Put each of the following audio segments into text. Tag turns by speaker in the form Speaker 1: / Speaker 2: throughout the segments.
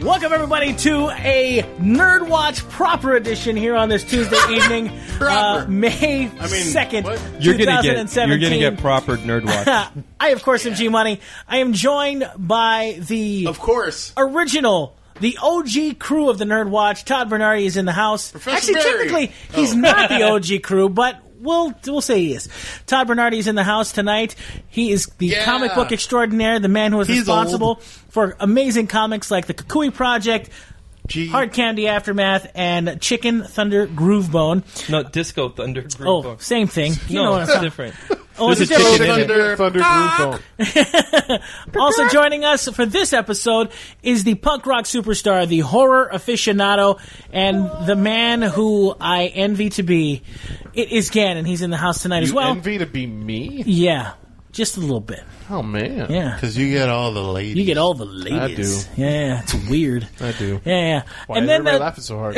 Speaker 1: Welcome everybody to a Nerd Watch proper edition here on this Tuesday evening, uh,
Speaker 2: Proper.
Speaker 1: May
Speaker 2: I mean,
Speaker 1: second,
Speaker 2: what?
Speaker 3: You're
Speaker 1: two
Speaker 3: gonna get
Speaker 1: thousand
Speaker 3: you're gonna get proper nerd watch.
Speaker 1: I of course am G Money. I am joined by the
Speaker 2: Of course.
Speaker 1: original. The OG crew of the Nerd Watch, Todd Bernardi is in the house.
Speaker 2: Professor
Speaker 1: Actually,
Speaker 2: Barry. Oh.
Speaker 1: technically, he's not the OG crew, but we'll we'll say he is. Todd Bernardi is in the house tonight. He is the
Speaker 2: Yeah.
Speaker 1: comic book extraordinaire, the man who is
Speaker 2: He's
Speaker 1: responsible
Speaker 2: old.
Speaker 1: for amazing comics like the Kukui Project,
Speaker 2: Gee.
Speaker 1: Hard Candy Aftermath, and Chicken Thunder Groovebone.
Speaker 3: no, Disco Thunder Group
Speaker 1: Oh,
Speaker 3: Book.
Speaker 1: same thing. You know
Speaker 3: No,
Speaker 1: what I'm
Speaker 3: it's
Speaker 1: talking-
Speaker 3: different.
Speaker 1: Oh,
Speaker 3: This
Speaker 1: it's
Speaker 3: is
Speaker 1: different.
Speaker 3: Chicken in it.
Speaker 2: Thunder, Thunder
Speaker 1: Also joining us for this episode is the punk rock superstar, the horror aficionado, and the man who I envy to be. It is Gannon. He's in the house tonight as
Speaker 4: You
Speaker 1: well.
Speaker 4: envy to be me?
Speaker 1: yeah, just a little bit.
Speaker 4: Oh man.
Speaker 1: Yeah.
Speaker 2: Because you get all the ladies.
Speaker 1: You get all the ladies. I do. Yeah, it's weird.
Speaker 4: I do.
Speaker 1: Yeah, yeah.
Speaker 4: Why
Speaker 1: and
Speaker 4: and
Speaker 1: then,
Speaker 4: everybody
Speaker 1: uh,
Speaker 4: laughing so hard?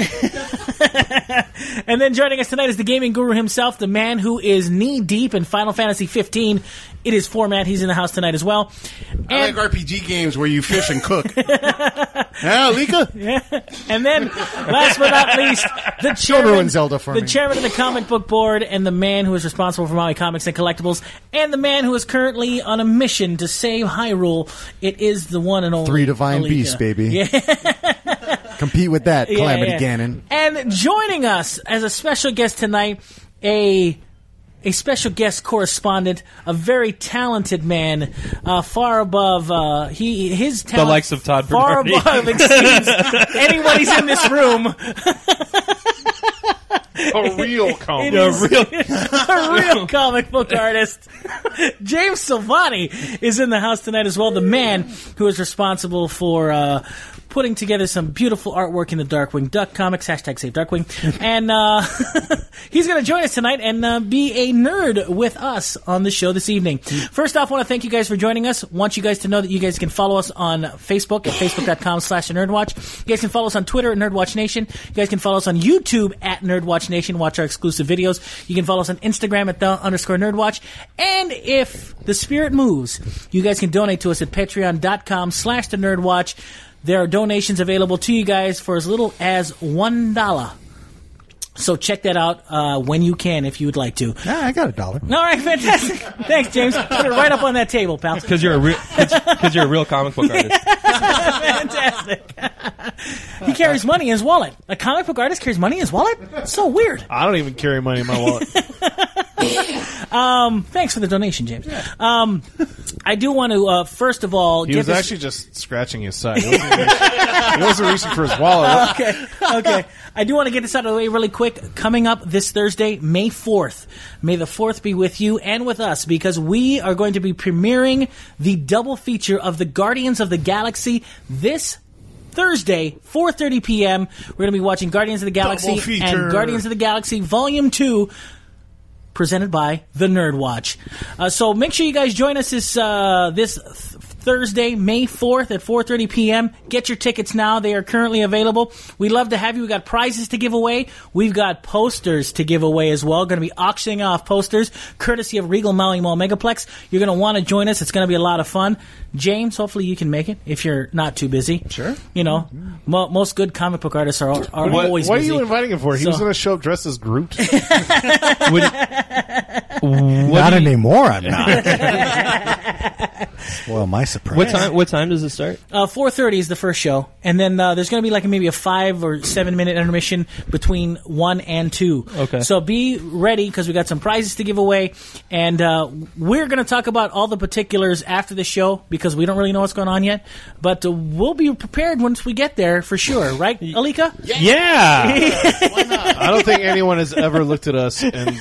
Speaker 1: and then joining us tonight is the gaming guru himself, the man who is knee deep in Final Fantasy 15. It is format. He's in the house tonight as well.
Speaker 2: I
Speaker 1: And
Speaker 2: like RPG games where you fish and cook. yeah, Lika?
Speaker 1: And then, last but not least, the chairman,
Speaker 4: ruin Zelda for
Speaker 1: the
Speaker 4: me.
Speaker 1: chairman of the comic book board, and the man who is responsible for Maui Comics and Collectibles, and the man who is currently on a mission to save Hyrule. It is the one and only
Speaker 5: Three divine
Speaker 1: Alika.
Speaker 5: beasts, baby. Compete with that,
Speaker 1: Yeah,
Speaker 5: Calamity
Speaker 1: yeah.
Speaker 5: Ganon.
Speaker 1: And joining us as a special guest tonight, a a special guest correspondent, a very talented man, uh, far above uh, he his talent,
Speaker 3: likes of Todd
Speaker 1: far
Speaker 3: Bernardi.
Speaker 1: above exceeds anybody's in this room.
Speaker 4: a real
Speaker 1: It
Speaker 4: comedy.
Speaker 1: is-
Speaker 3: Yeah, real-
Speaker 1: a real comic book artist. James Silvani is in the house tonight as well, the man who is responsible for uh, putting together some beautiful artwork in the Darkwing Duck comics, hashtag save Darkwing. And uh, he's going to join us tonight and uh, be a nerd with us on the show this evening. First off, I want to thank you guys for joining us. want you guys to know that you guys can follow us on Facebook at facebook.com slash nerdwatch. You guys can follow us on Twitter at Nerdwatch Nation. You guys can follow us on YouTube at Nerdwatch Nation. Watch our exclusive videos. You can follow us on Instagram at the underscore nerdwatch. And if the spirit moves, you guys can donate to us at patreon.com slash the nerdwatch. There are donations available to you guys for as little as one dollar. So check that out uh, when you can if you would like to.
Speaker 5: Ah, I got a dollar.
Speaker 1: All right, fantastic. Thanks, James. Put it right up on that table, pal.
Speaker 3: Because you're a real, because you're a real comic book artist.
Speaker 1: Fantastic. he carries money in his wallet. A comic book artist carries money in his wallet? So weird.
Speaker 4: I don't even carry money in my wallet.
Speaker 1: Thanks for the donation, James. Um, I do want to, uh, first of all,
Speaker 4: He was
Speaker 1: this-
Speaker 4: actually just scratching his side. He wasn't, reaching- he wasn't reaching for his wallet.
Speaker 1: okay, okay. I do want to get this out of the way really quick. Coming up this Thursday, May 4th. May the 4th be with you and with us because we are going to be premiering the double feature of the Guardians of the Galaxy this Thursday, 4:30 p.m. We're going to be watching Guardians of the Galaxy
Speaker 2: feature.
Speaker 1: and Guardians of the Galaxy Volume 2 presented by the Nerd Watch. Uh, so make sure you guys join us this uh, this th- Thursday, May fourth at four thirty p.m. Get your tickets now; they are currently available. We'd love to have you. We got prizes to give away. We've got posters to give away as well. Going to be auctioning off posters courtesy of Regal Maui Mall Megaplex. You're going to want to join us. It's going to be a lot of fun. James, hopefully you can make it if you're not too busy. Sure. You know, mo- most good comic book artists are, are
Speaker 4: What,
Speaker 1: always
Speaker 4: what are
Speaker 1: busy.
Speaker 4: you inviting him for? He was
Speaker 1: So-
Speaker 4: going to show up dressed as Groot.
Speaker 3: Would- what
Speaker 5: not
Speaker 3: do you-
Speaker 5: anymore, I'm not. well, my surprise.
Speaker 3: What time? What time does it start?
Speaker 1: Uh, four thirty is the first show, and then uh, there's going to be like maybe a five or seven minute intermission between one and two.
Speaker 3: Okay.
Speaker 1: So be ready because we got some prizes to give away, and uh, we're going to talk about all the particulars after the show because we don't really know what's going on yet. But uh, we'll be prepared once we get there for sure, right, Alika? Yeah.
Speaker 4: Yeah. I don't think anyone has ever looked at us and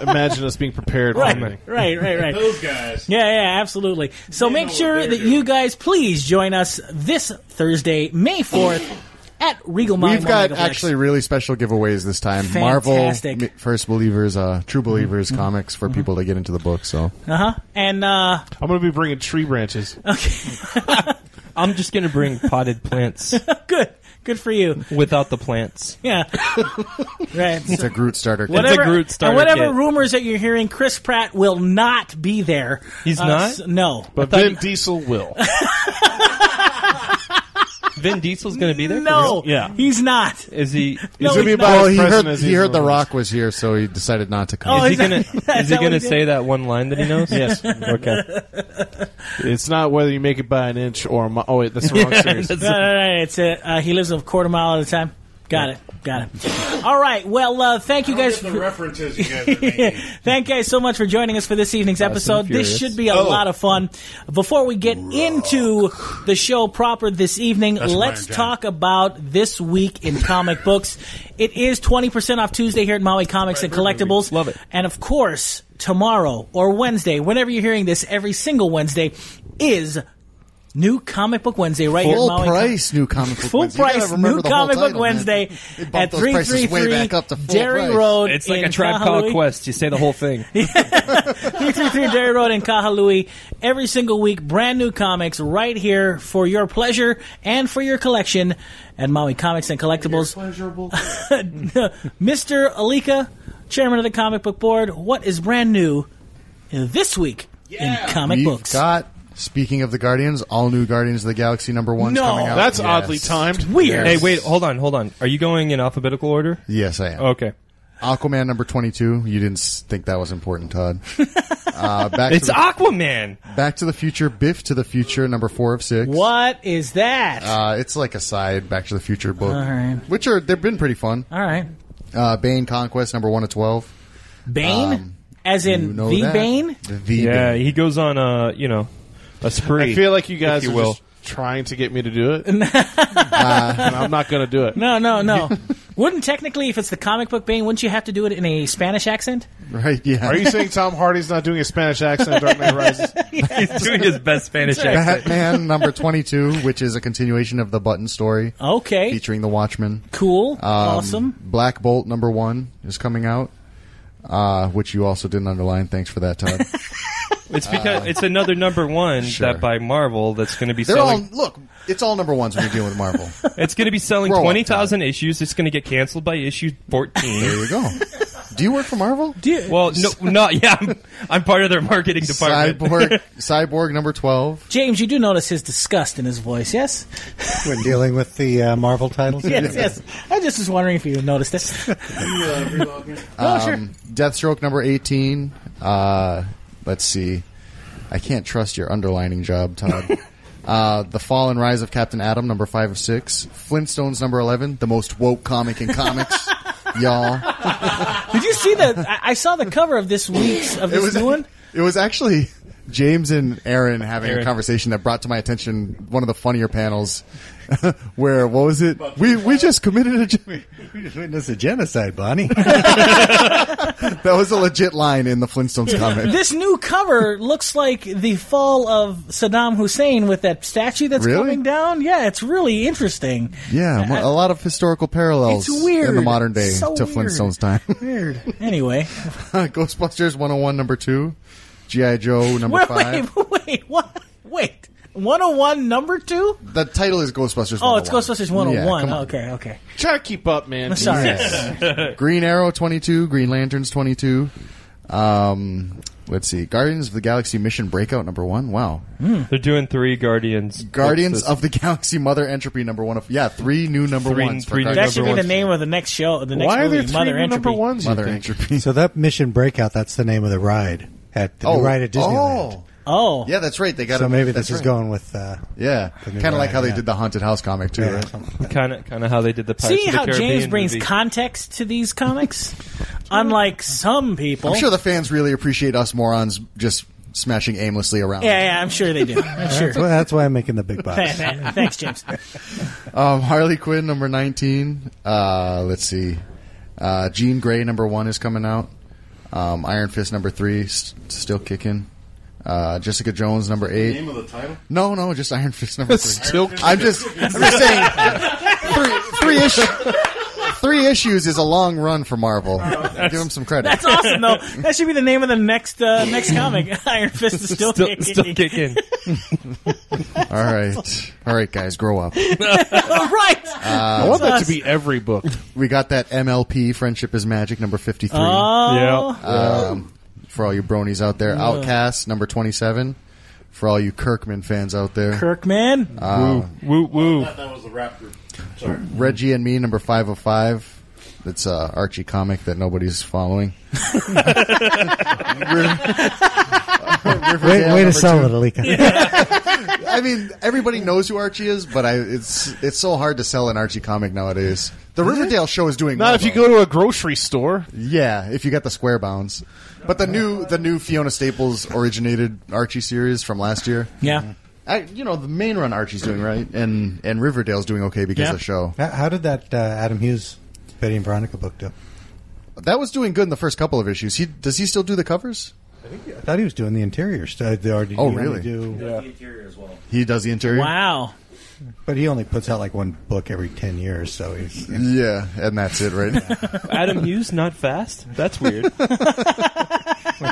Speaker 4: imagined us being prepared for
Speaker 1: Right,
Speaker 4: anything.
Speaker 1: right, right, right.
Speaker 2: Those guys.
Speaker 1: Yeah, yeah, absolutely. So make
Speaker 2: know what
Speaker 1: sure
Speaker 2: they're
Speaker 1: that
Speaker 2: doing.
Speaker 1: you guys please join us this Thursday, May fourth, at Regal Mall.
Speaker 5: We've
Speaker 1: Mall
Speaker 5: got
Speaker 1: Megaplex.
Speaker 5: actually really special giveaways this time.
Speaker 1: Fantastic. Mm-hmm.
Speaker 5: Marvel, m- First Believers, uh, True Believers comics for people to get into the book. So
Speaker 1: uh-huh. and uh
Speaker 4: I'm going to be bringing tree branches.
Speaker 3: I'm just gonna bring potted plants
Speaker 1: good. Good for you.
Speaker 3: without the plants.
Speaker 1: Yeah. right.
Speaker 5: it's a Groot starter. kit.
Speaker 3: What-
Speaker 1: Whatever,
Speaker 3: Groot starter
Speaker 1: and whatever
Speaker 3: kit.
Speaker 1: rumors that you're hearing, Chris Pratt will not be there. Uh,
Speaker 3: He's not?
Speaker 1: s- no.
Speaker 4: But Vin Diesel will.
Speaker 3: Vin Diesel's going to be there? for
Speaker 1: No,
Speaker 3: real?
Speaker 4: Yeah.
Speaker 1: he's not.
Speaker 3: Is he?
Speaker 1: No,
Speaker 3: is
Speaker 1: he's
Speaker 3: he,
Speaker 1: not.
Speaker 5: Well, he
Speaker 4: President
Speaker 5: heard,
Speaker 4: as
Speaker 5: he
Speaker 4: he's
Speaker 5: heard The
Speaker 4: released.
Speaker 5: Rock was here, so he decided not to come.
Speaker 1: Oh, he's
Speaker 3: is he
Speaker 1: not-
Speaker 3: gonna?
Speaker 1: That's
Speaker 3: Is he
Speaker 1: not what
Speaker 3: gonna
Speaker 1: he
Speaker 3: say
Speaker 1: did.
Speaker 3: that one line that he knows?
Speaker 4: Yes.
Speaker 3: Okay.
Speaker 4: It's not whether you make it by an inch or a mi- oh wait, that's the wrong series.
Speaker 1: No, no, no, It's a, uh, he lives a quarter mile at a time. Got it. Got it. All right. Well, uh, thank you guys. For,
Speaker 2: references you guys are making.
Speaker 1: thank you guys so much for joining us for this evening's episode. This
Speaker 3: Furious.
Speaker 1: should be a lot of fun. Before we get into the show proper this evening,
Speaker 2: That's
Speaker 1: let's
Speaker 2: Iron Giant.
Speaker 1: talk about this week in comic books. It is 20% off Tuesday here at Maui Comics and Collectibles.
Speaker 3: Love it.
Speaker 1: And of course, tomorrow or Wednesday, whenever you're hearing this, every single Wednesday is New Comic Book Wednesday right here at
Speaker 5: Full
Speaker 1: Maui
Speaker 5: price new comic book
Speaker 1: Full
Speaker 5: Wednesday. You gotta
Speaker 1: price,
Speaker 5: remember
Speaker 1: new
Speaker 5: the whole
Speaker 1: comic book
Speaker 5: title, man.
Speaker 1: Wednesday
Speaker 5: They bumped
Speaker 1: at
Speaker 5: those prices way
Speaker 1: 333
Speaker 5: back up to full
Speaker 1: Dairy
Speaker 5: price.
Speaker 1: Road.
Speaker 3: It's like
Speaker 1: in
Speaker 3: a tribe called
Speaker 1: Kahului.
Speaker 3: Quest. You say the whole thing.
Speaker 1: 333 Dairy Road in Kahalui. Every single week, brand new comics right here for your pleasure and for your collection at Maui Comics and Collectibles. Mr. Alika, chairman of the comic book board, what is brand new this week in comic
Speaker 5: We've
Speaker 1: books?
Speaker 5: got, speaking of the Guardians, all new Guardians of the Galaxy number one
Speaker 1: No,
Speaker 5: coming out.
Speaker 4: That's
Speaker 5: Yes.
Speaker 4: oddly timed.
Speaker 1: Weird.
Speaker 3: Hey, wait, hold on, hold on. Are you going in alphabetical order?
Speaker 5: Yes, I am.
Speaker 3: Okay.
Speaker 5: Aquaman number 22. You didn't s- think that was important, Todd. uh, back, to
Speaker 3: It's
Speaker 5: the,
Speaker 3: Aquaman.
Speaker 5: back to the Future, Biff to the Future, number four of six.
Speaker 1: What is that?
Speaker 5: Uh, it's like a side Back to the Future book,
Speaker 1: right.
Speaker 5: which are they've been pretty fun.
Speaker 1: All right.
Speaker 5: Uh, Bane Conquest number one of twelve.
Speaker 1: Bane? As in
Speaker 5: um, You know
Speaker 1: the
Speaker 5: that.
Speaker 1: Bane?
Speaker 5: The
Speaker 3: Yeah,
Speaker 5: Bane.
Speaker 3: he goes on a you know a spree.
Speaker 4: I feel like you guys
Speaker 3: If you
Speaker 4: are
Speaker 3: will.
Speaker 4: just trying to get me to do it, and I'm not going to do it.
Speaker 1: No, no, no. wouldn't technically, if it's the comic book Bane, wouldn't you have to do it in a Spanish accent?
Speaker 5: right. Yeah.
Speaker 4: Are you saying Tom Hardy's not doing a Spanish accent in Dark Knight Rises?
Speaker 3: he's doing his best Spanish accent.
Speaker 5: Batman number twenty two, which is a continuation of the Button story,
Speaker 1: Okay.
Speaker 5: featuring the Watchmen.
Speaker 1: Cool.
Speaker 5: Um,
Speaker 1: Uh, awesome.
Speaker 5: Black Bolt number one is coming out, uh, which you also didn't underline. Thanks for that, Todd.
Speaker 3: It's because it's another number one
Speaker 5: Sure.
Speaker 3: that by Marvel that's going to be
Speaker 5: They're all
Speaker 3: selling.
Speaker 5: look. It's all number ones when you're dealing with Marvel.
Speaker 3: It's going to be selling
Speaker 5: Grow up,
Speaker 3: twenty thousand issues. It's going to get canceled by issue
Speaker 5: There
Speaker 3: fourteen.
Speaker 5: you go. Do you work for Marvel?
Speaker 1: Dude,
Speaker 3: well, no, not yeah. I'm, I'm part of their marketing department.
Speaker 5: Cyborg, Cyborg number twelve.
Speaker 1: James, you do notice his disgust in his voice, yes?
Speaker 6: when dealing with the uh, Marvel titles.
Speaker 1: Yes, yes. I just was wondering if you noticed this.
Speaker 2: uh,
Speaker 5: Um, Deathstroke number 18. Uh, let's see. I can't trust your underlining job, Todd. uh, the Fall and Rise of Captain Atom, number 5 of 6. Flintstones, number 11. The most woke comic in comics. Y'all.
Speaker 1: Did you see the? I, I saw the cover of this week's of this new one.
Speaker 5: It was actually James and Aaron having
Speaker 3: Aaron.
Speaker 5: a conversation that brought to my attention one of the funnier panels where, what was it? We, we just committed a. gen-
Speaker 6: We just witnessed a genocide, Bonnie.
Speaker 5: That was a legit line in the Flintstones comic.
Speaker 1: This new cover looks like the fall of Saddam Hussein with that statue that's
Speaker 5: Really?
Speaker 1: coming down. Yeah, it's really interesting.
Speaker 5: Yeah, mo- a lot of historical parallels
Speaker 1: It's weird.
Speaker 5: in the modern day
Speaker 1: So
Speaker 5: to
Speaker 1: weird.
Speaker 5: Flintstones time.
Speaker 1: Weird. Anyway,
Speaker 5: Ghostbusters 101 number 2, GI Joe number
Speaker 1: wait,
Speaker 5: 5.
Speaker 1: wait, wait, what? Wait, one hundred one, number two.
Speaker 5: The title is Ghostbusters
Speaker 1: Oh, it's
Speaker 5: 101.
Speaker 1: Ghostbusters one hundred
Speaker 5: Yeah,
Speaker 1: one.
Speaker 5: come on.
Speaker 1: okay, okay.
Speaker 4: Try to keep up, man.
Speaker 1: I'm sorry.
Speaker 5: Green Arrow 22, Green Lanterns 22. Um, let's see. Guardians of the Galaxy Mission Breakout number 1. Wow.
Speaker 3: They're doing three Guardians. books
Speaker 5: Guardians
Speaker 3: this-
Speaker 5: of the Galaxy Mother Entropy number 1 of Yeah, 3 new number
Speaker 3: Three-
Speaker 5: 1s
Speaker 3: three
Speaker 5: for
Speaker 1: That
Speaker 3: new
Speaker 5: Guardians.
Speaker 1: should be
Speaker 3: Number
Speaker 1: the
Speaker 3: one.
Speaker 1: name of the next show. The next
Speaker 4: Why are
Speaker 1: movie,
Speaker 4: there three
Speaker 1: Mother
Speaker 4: new number
Speaker 1: Entropy.
Speaker 4: ones? You
Speaker 5: Mother
Speaker 4: think?
Speaker 5: Entropy.
Speaker 6: so that Mission Breakout, that's the name of the ride at the new ride at Disneyland.
Speaker 5: Oh.
Speaker 1: Oh,
Speaker 5: Yeah, that's right. They got
Speaker 6: so
Speaker 5: it.
Speaker 6: maybe
Speaker 5: That's
Speaker 6: this is
Speaker 5: right.
Speaker 6: going with. Uh,
Speaker 5: Yeah.
Speaker 6: The new
Speaker 5: Kind of like
Speaker 6: ride,
Speaker 5: how they
Speaker 6: yeah.
Speaker 5: did the Haunted House comic too,
Speaker 6: yeah,
Speaker 5: right?
Speaker 6: something.
Speaker 3: kind of kind of how they did the Pirates
Speaker 1: See
Speaker 3: of the
Speaker 1: how
Speaker 3: Caribbean
Speaker 1: James brings
Speaker 3: movie.
Speaker 1: context to these comics? Unlike some people.
Speaker 5: I'm sure the fans really appreciate us morons just smashing aimlessly around.
Speaker 1: yeah, yeah, I'm sure they do. I'm sure.
Speaker 6: Well, that's why I'm making the big box.
Speaker 1: Thanks, James.
Speaker 5: Um, Harley Quinn number 19. Uh, let's see. Uh, Jean Grey number one is coming out. Um, Iron Fist number three s- still kicking. Uh, Jessica Jones number eight.
Speaker 2: Name of the title?
Speaker 5: No, no, just Iron Fist number three.
Speaker 6: Uh,
Speaker 4: Still,
Speaker 5: I'm just, I'm just saying three three issues. Three issues is a long run for Marvel. Give them some credit.
Speaker 1: That's awesome, though. That should be the name of the next uh, next comic. Iron Fist is still,
Speaker 3: Still,
Speaker 1: kicking.
Speaker 3: still kicking.
Speaker 5: All right, all right, guys, grow up.
Speaker 1: All Oh, right.
Speaker 4: I want that to be every book.
Speaker 5: We got that MLP, Friendship is Magic, number fifty-three.
Speaker 1: oh,
Speaker 3: yeah.
Speaker 5: um, for all you bronies out there. Outcast number twenty-seven, for all you Kirkman fans out there.
Speaker 1: Kirkman.
Speaker 5: Uh,
Speaker 3: Woo woo.
Speaker 2: that was the rap group. Sorry.
Speaker 5: Reggie and Me, number 505. It's a uh, Archie comic that nobody's following.
Speaker 6: Way, way to sell it, Alika.
Speaker 5: I mean, everybody knows who Archie is, but I, it's it's so hard to sell an Archie comic nowadays. The Riverdale show is doing well,
Speaker 4: Not if you
Speaker 5: though.
Speaker 4: go to a grocery store.
Speaker 5: Yeah, if you got the square bounds. But the new the new Fiona Staples originated Archie series from last year.
Speaker 1: yeah.
Speaker 5: I, you know, the main run Archie's doing right, and and Riverdale's doing okay because
Speaker 1: Yeah.
Speaker 5: of the show.
Speaker 6: How- How did that uh, Adam Hughes Betty and Veronica book do?
Speaker 5: That was doing good in the first couple of issues. He does he still do the covers?
Speaker 6: I thought he was doing the interior stuff. They already-
Speaker 5: Oh,
Speaker 6: he only
Speaker 5: really?
Speaker 6: do-
Speaker 5: He does the interior.
Speaker 1: Wow.
Speaker 6: but he only puts out like one book every ten years, so he's
Speaker 5: Yeah, and that's it, right?
Speaker 3: Adam Hughes not fast. That's weird.
Speaker 6: went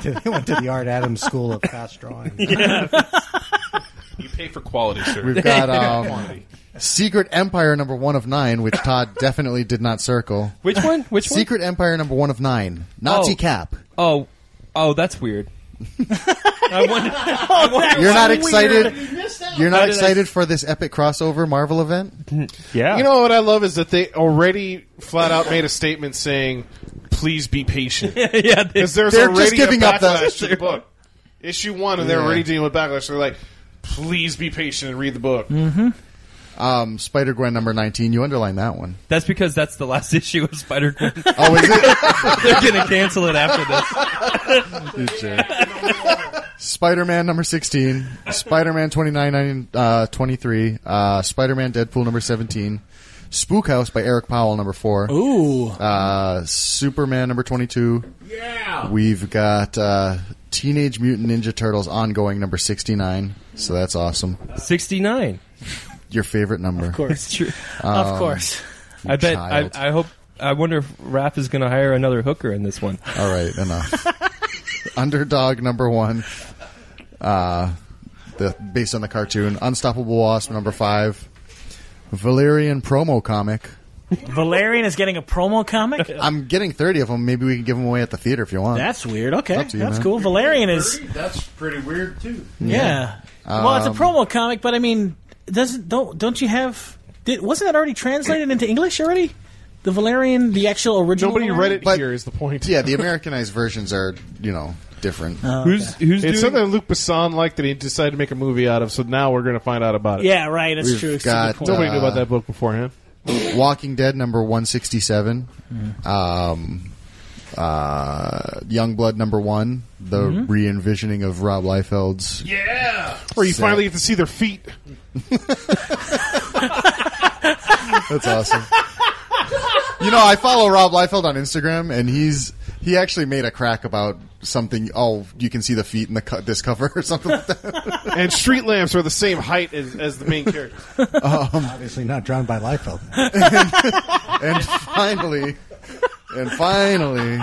Speaker 6: to, he went to the Art Adams School of Fast Drawing.
Speaker 7: You pay for quality, sir.
Speaker 5: We've got um, Secret Empire number one of nine, which Todd definitely did not circle.
Speaker 3: Which one? Which one?
Speaker 5: Secret Empire number one of nine, Nazi
Speaker 3: Oh.
Speaker 5: Cap.
Speaker 3: Oh, oh, that's weird. I wonder. I wonder
Speaker 5: You're not
Speaker 3: why-
Speaker 5: excited. You're
Speaker 3: How
Speaker 5: not
Speaker 3: did I-
Speaker 5: excited for this epic crossover Marvel event.
Speaker 3: Yeah.
Speaker 4: You know what I love is that they already flat out made a statement saying, "Please be patient."
Speaker 3: yeah. They,
Speaker 4: Because there's
Speaker 5: They're just
Speaker 4: already
Speaker 5: giving
Speaker 4: a
Speaker 5: up the-
Speaker 4: backlash to the book. Issue one, and they're
Speaker 5: Yeah.
Speaker 4: already dealing with backlash. They're like, please be patient and read the book.
Speaker 5: Mm-hmm. Um, Spider Gwen number nineteen. You underlined that one.
Speaker 3: that's because that's the last issue of Spider Gwen.
Speaker 5: Oh, is it?
Speaker 3: They're gonna cancel it after this.
Speaker 5: Spider Man uh, number 16, Spider Man 29, uh, 23, uh, Spider Man Deadpool number 17, Spook House by Eric Powell number 4,
Speaker 1: Ooh.
Speaker 5: uh, Superman number 22. Yeah! We've got uh, Teenage Mutant Ninja Turtles ongoing number 69, so that's awesome.
Speaker 3: Sixty nine.
Speaker 5: Your favorite number.
Speaker 1: Of course.
Speaker 3: It's true.
Speaker 5: Um,
Speaker 1: of course.
Speaker 3: I bet. I,
Speaker 5: child.
Speaker 3: I hope. I wonder if Raph is gonna hire another hooker in this one.
Speaker 5: All right, enough. Underdog number one, uh, the based on the cartoon, Unstoppable Wasp number 5, Valerian promo comic.
Speaker 1: Valerian is getting a promo comic.
Speaker 5: I'm getting 30 of them. Maybe we can give them away at the theater if you want.
Speaker 1: That's weird. Okay,
Speaker 5: Up to you,
Speaker 1: that's
Speaker 5: man.
Speaker 1: cool. Valerian is
Speaker 2: That's pretty weird too.
Speaker 1: yeah. well,
Speaker 5: Um,
Speaker 1: it's a promo comic, but I mean, doesn't don't don't you have? Did, wasn't that already translated into English already? The Valerian, the actual original.
Speaker 4: Nobody read
Speaker 1: Valerian?
Speaker 4: it
Speaker 5: Mm-hmm. But-
Speaker 4: here is the point.
Speaker 5: yeah, the Americanized versions are, you know, different.
Speaker 3: Who's who's
Speaker 4: It's
Speaker 3: doing?
Speaker 4: something Luke Besson liked that he decided to make a movie out of, so now we're going to find out about it.
Speaker 1: Yeah, right. That's
Speaker 5: We've
Speaker 1: true. It's
Speaker 5: got,
Speaker 1: a good point.
Speaker 4: Nobody knew
Speaker 5: Uh,
Speaker 4: about that book beforehand.
Speaker 5: Walking Dead number 167. Um, uh, Youngblood number 1. The re envisioning of Rob Liefeld's.
Speaker 2: Yeah.
Speaker 4: Where you
Speaker 5: Sad.
Speaker 4: finally get to see their feet.
Speaker 5: That's awesome. you know, I follow Rob Liefeld on Instagram, and he's. He actually made a crack about something. Oh, you can see the feet in the co- this cover or something like that.
Speaker 4: and street lamps are the same height as, as the main character.
Speaker 6: Obviously not drawn by Liefeld.
Speaker 5: And finally, and finally,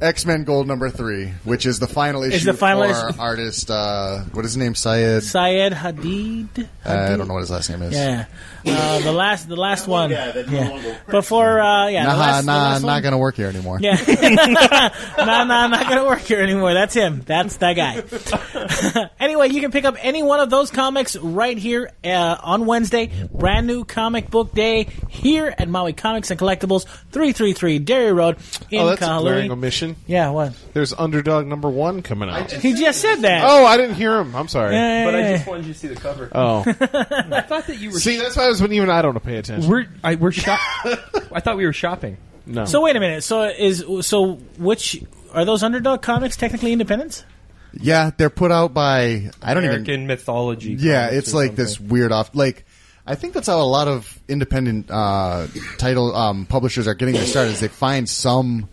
Speaker 5: X Men Gold number three, which is the final issue
Speaker 1: the final
Speaker 5: for
Speaker 1: issue.
Speaker 5: artist. Uh, what is his name? Syed.
Speaker 1: Syed
Speaker 5: Uh,
Speaker 1: Hadid.
Speaker 5: I don't know what his last name is.
Speaker 1: Yeah, uh, the last the last one.
Speaker 2: guy that no longer
Speaker 1: Yeah,
Speaker 2: works.
Speaker 1: before uh, yeah, the
Speaker 5: Nah,
Speaker 1: last, the
Speaker 5: nah,
Speaker 1: last
Speaker 5: not
Speaker 1: one.
Speaker 5: gonna work here anymore.
Speaker 1: Yeah. no, no, not going to work here anymore. That's him. That's that guy. anyway, you can pick up any one of those comics right here uh, on Wednesday. Brand new comic book day here at Maui Comics and Collectibles, 333 Dairy Road in
Speaker 4: Oh, that's a glaring
Speaker 1: Kahului.
Speaker 4: omission.
Speaker 1: Yeah, what?
Speaker 4: There's Underdog number one coming out.
Speaker 1: He just said that. Eh.
Speaker 4: oh, I didn't hear him. I'm sorry.
Speaker 1: Yeah,
Speaker 3: But
Speaker 1: yeah,
Speaker 3: I
Speaker 1: yeah.
Speaker 3: just wanted you to see the cover.
Speaker 4: Oh,
Speaker 3: Eh. I thought that you were.
Speaker 4: see, that's why I was when even I don't pay attention.
Speaker 3: we're I, we're shop. I thought we were shopping.
Speaker 4: No,
Speaker 1: So wait a minute. So is so which are those underdog comics technically independents?
Speaker 5: Yeah, they're put out by I don't even.
Speaker 3: American mythology.
Speaker 5: Yeah,
Speaker 3: comics
Speaker 5: it's
Speaker 3: or
Speaker 5: like
Speaker 3: something.
Speaker 5: this weird off. Like, I think that's how a lot of independent uh, title um, publishers are getting their start. Is they find some.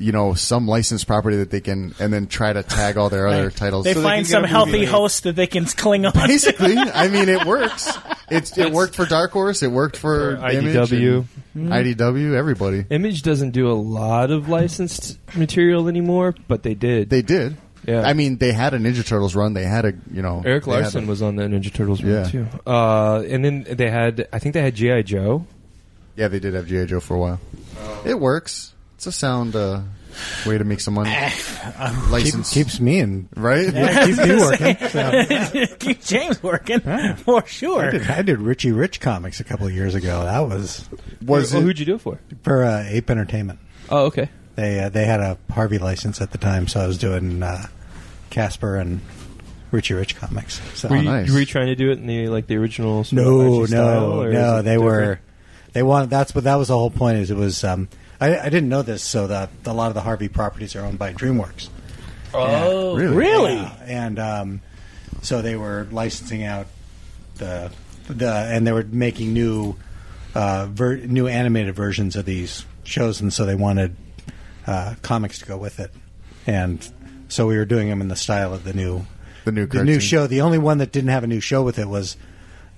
Speaker 5: You know, some licensed property that they can, and then try to tag all their other titles.
Speaker 1: They
Speaker 5: So
Speaker 1: find
Speaker 4: get
Speaker 1: some
Speaker 4: a movie
Speaker 1: healthy
Speaker 4: made.
Speaker 1: host that they can cling on. to.
Speaker 5: basically. I mean, it works. It, it worked for Dark Horse. It worked for,
Speaker 3: For
Speaker 5: Image
Speaker 3: IDW.
Speaker 5: and IDW. Everybody.
Speaker 3: Image doesn't do a lot of licensed material anymore, but they did.
Speaker 5: They did.
Speaker 3: Yeah.
Speaker 5: I mean, they had a Ninja Turtles run. They had a you know
Speaker 3: Eric
Speaker 5: they had
Speaker 3: Larson
Speaker 5: a-
Speaker 3: was on the Ninja Turtles
Speaker 5: Yeah.
Speaker 3: one too. Uh, and then they had, I think they had GI Joe.
Speaker 5: Yeah, they did have GI Joe for a while. It works. It's a sound. Uh, Way to make some money. License.
Speaker 6: Keeps me in.
Speaker 5: right?
Speaker 6: Keeps me working. So
Speaker 1: Keep James working for
Speaker 6: I,
Speaker 1: sure.
Speaker 6: did, I did Richie Rich comics a couple of years ago. That was
Speaker 5: Was
Speaker 3: Well,
Speaker 5: it?
Speaker 3: oh, who'd you do it for?
Speaker 6: for uh, Ape Entertainment.
Speaker 3: Oh, okay.
Speaker 6: They uh, they had a Harvey license at the time, so I was doing uh, Casper and Richie Rich comics. So.
Speaker 3: Were you,
Speaker 5: nice.
Speaker 3: were you trying to do it in the like the original? sort of
Speaker 6: Oh, No, no,
Speaker 3: Archie style, or is
Speaker 6: no.
Speaker 3: it
Speaker 6: They were,
Speaker 3: different?
Speaker 6: they wanted. That's what that was the whole point. Is it was. Um, I, I didn't know this, so that a lot of the Harvey properties are owned by DreamWorks.
Speaker 1: Oh,
Speaker 5: Really?
Speaker 6: Yeah, and um, so they were licensing out the the, and they were making new uh, ver- new animated versions of these shows, and so they wanted uh, comics to go with it, and so we were doing them in the style of the new
Speaker 5: The new
Speaker 6: the new
Speaker 5: cartoon.
Speaker 6: show. The only one that didn't have a new show with it was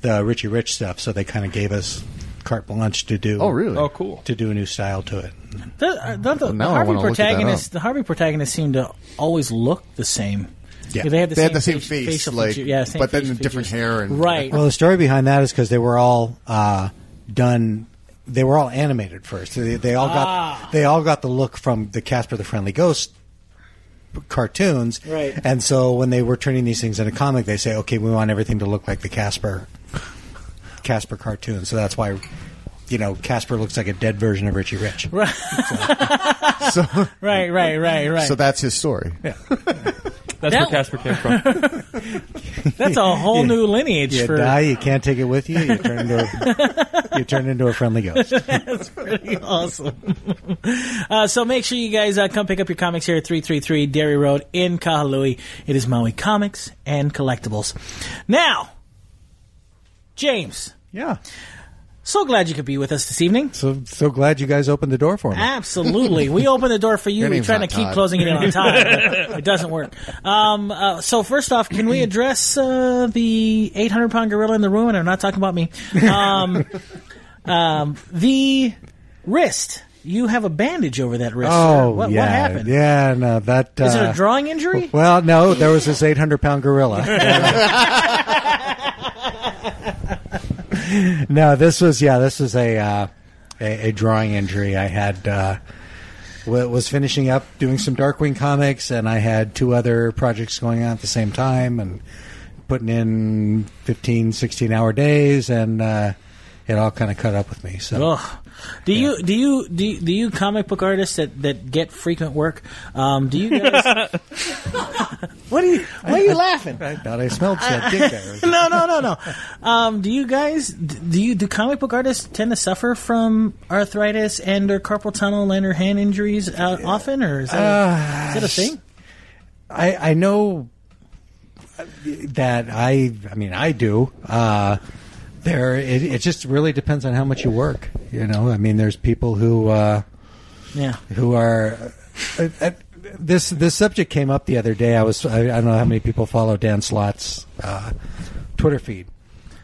Speaker 6: the Richie Rich stuff, so they kind of gave us carte blanche to do.
Speaker 5: Oh, really?
Speaker 7: Oh, cool.
Speaker 6: To do a new style to it.
Speaker 1: The, uh, don't the, the
Speaker 5: now I
Speaker 1: Harvey
Speaker 5: wanna look that
Speaker 1: protagonist,
Speaker 5: up.
Speaker 1: the Harvey protagonist seemed to always look the same.
Speaker 6: Yeah.
Speaker 1: they had the same,
Speaker 5: They had the same
Speaker 1: facial-
Speaker 5: face,
Speaker 1: facial
Speaker 5: like,
Speaker 1: feature- yeah, same
Speaker 5: but then
Speaker 1: facial
Speaker 5: the different
Speaker 1: features.
Speaker 5: hair and-
Speaker 1: right.
Speaker 6: Well, the story behind that is because they were all uh, done. They were all animated first. They, they all got they all got the look from the Casper the Friendly Ghost cartoons.
Speaker 1: Right.
Speaker 6: And so when they were turning these things into comic, they say, "Okay, we want everything to look like the Casper Casper cartoon." So that's why. You know, Casper looks like a dead version of Richie Rich. Right.
Speaker 5: So,
Speaker 1: right, right, right, right.
Speaker 5: so that's his story.
Speaker 3: That's
Speaker 1: That-
Speaker 3: where Casper came from.
Speaker 1: That's a whole new lineage
Speaker 6: You
Speaker 1: for
Speaker 6: die, you can't take it with you. You turn into a, you turn into a friendly ghost.
Speaker 1: pretty awesome. uh, so make sure you guys uh, come pick up your comics here at 333 Dairy Road in Kahalui. It is Maui Comics and Collectibles. Now, James,
Speaker 6: Yeah.
Speaker 1: so glad you could be with us this evening.
Speaker 6: So so glad you guys opened the door for me.
Speaker 1: Absolutely. We opened the door for you.
Speaker 5: Your
Speaker 1: We're
Speaker 5: name's
Speaker 1: trying to
Speaker 5: not
Speaker 1: keep
Speaker 5: Todd.
Speaker 1: closing it in on time. but it doesn't work. Um, uh, so, first off, can we address uh, the 800 pound gorilla in the room? And I'm not talking about me. Um, um, the wrist. You have a bandage over that wrist. sir.
Speaker 6: Oh,
Speaker 1: what,
Speaker 6: yeah,
Speaker 1: what happened?
Speaker 6: Yeah, no, that. Uh,
Speaker 1: Is it a drawing injury?
Speaker 6: Well, no, there was this 800 pound gorilla. no, this was yeah, this was a uh, a, a drawing injury. I had uh, w- was finishing up doing some Darkwing comics, and I had two other projects going on at the same time, and putting in 15, 16 hour days, and uh, it all kind of cut up with me. So.
Speaker 1: Ugh. Do you do you do you, do you comic book artists that, that get frequent work? Um, do you guys? what are you? Why are you laughing?
Speaker 6: I thought I smelled that dick there.
Speaker 1: no, no, no, no. Um, do you guys do you do comic book artists tend to suffer from arthritis and or carpal tunnel and or hand injuries uh, often, or is that,
Speaker 3: Uh,
Speaker 1: a, is that a thing?
Speaker 6: I, I know that I I mean I do. Uh, there it, it just really depends on how much you work. You know, I mean, there's people who uh,
Speaker 1: Yeah.
Speaker 6: who are. Uh, uh, this this subject came up the other day. I was I, I don't know how many people follow Dan Slott's uh, Twitter feed,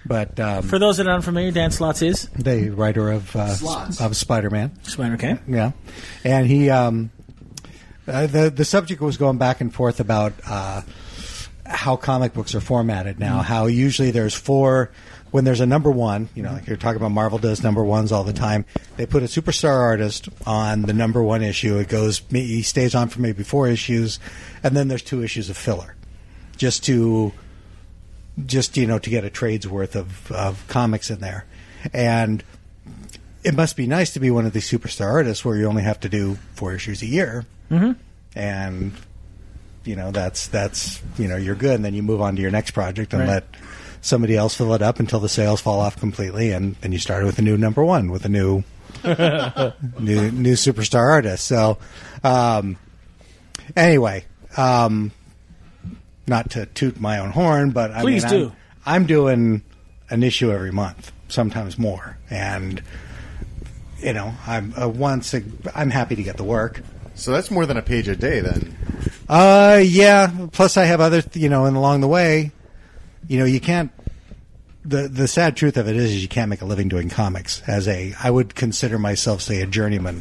Speaker 6: but um,
Speaker 1: For those that are unfamiliar, Dan Slots is
Speaker 6: the writer of uh, of Spider Man.
Speaker 1: Spider. Okay.
Speaker 6: Yeah, and he um, uh, the the subject was going back and forth about uh, how comic books are formatted now. How usually there's four when there's a number one. You know, like you're talking about Marvel does number ones all the time. They put a superstar artist on the number one issue. It goes he stays on for maybe four issues, and then there's two issues of filler, just to just you know to get a trade's worth of, of comics in there and it must be nice to be one of these superstar artists where you only have to do four issues a year mm-hmm. and you know that's that's you know you're good and then you move on to your next project and
Speaker 1: Right.
Speaker 6: let somebody else fill it up until the sales fall off completely and then you start with a new number one with a new new new superstar artist so um anyway um not to toot my own horn but I
Speaker 1: Please
Speaker 6: mean,
Speaker 1: do.
Speaker 6: I'm, I'm doing an issue every month sometimes more and you know i'm uh, once a, i'm happy to get the work
Speaker 5: So that's more than a page a day, then.
Speaker 6: uh, yeah. Plus, I have other, th- you know, and along the way, you know, you can't. The the sad truth of it is, is you can't make a living doing comics. As a, I would consider myself, say, a journeyman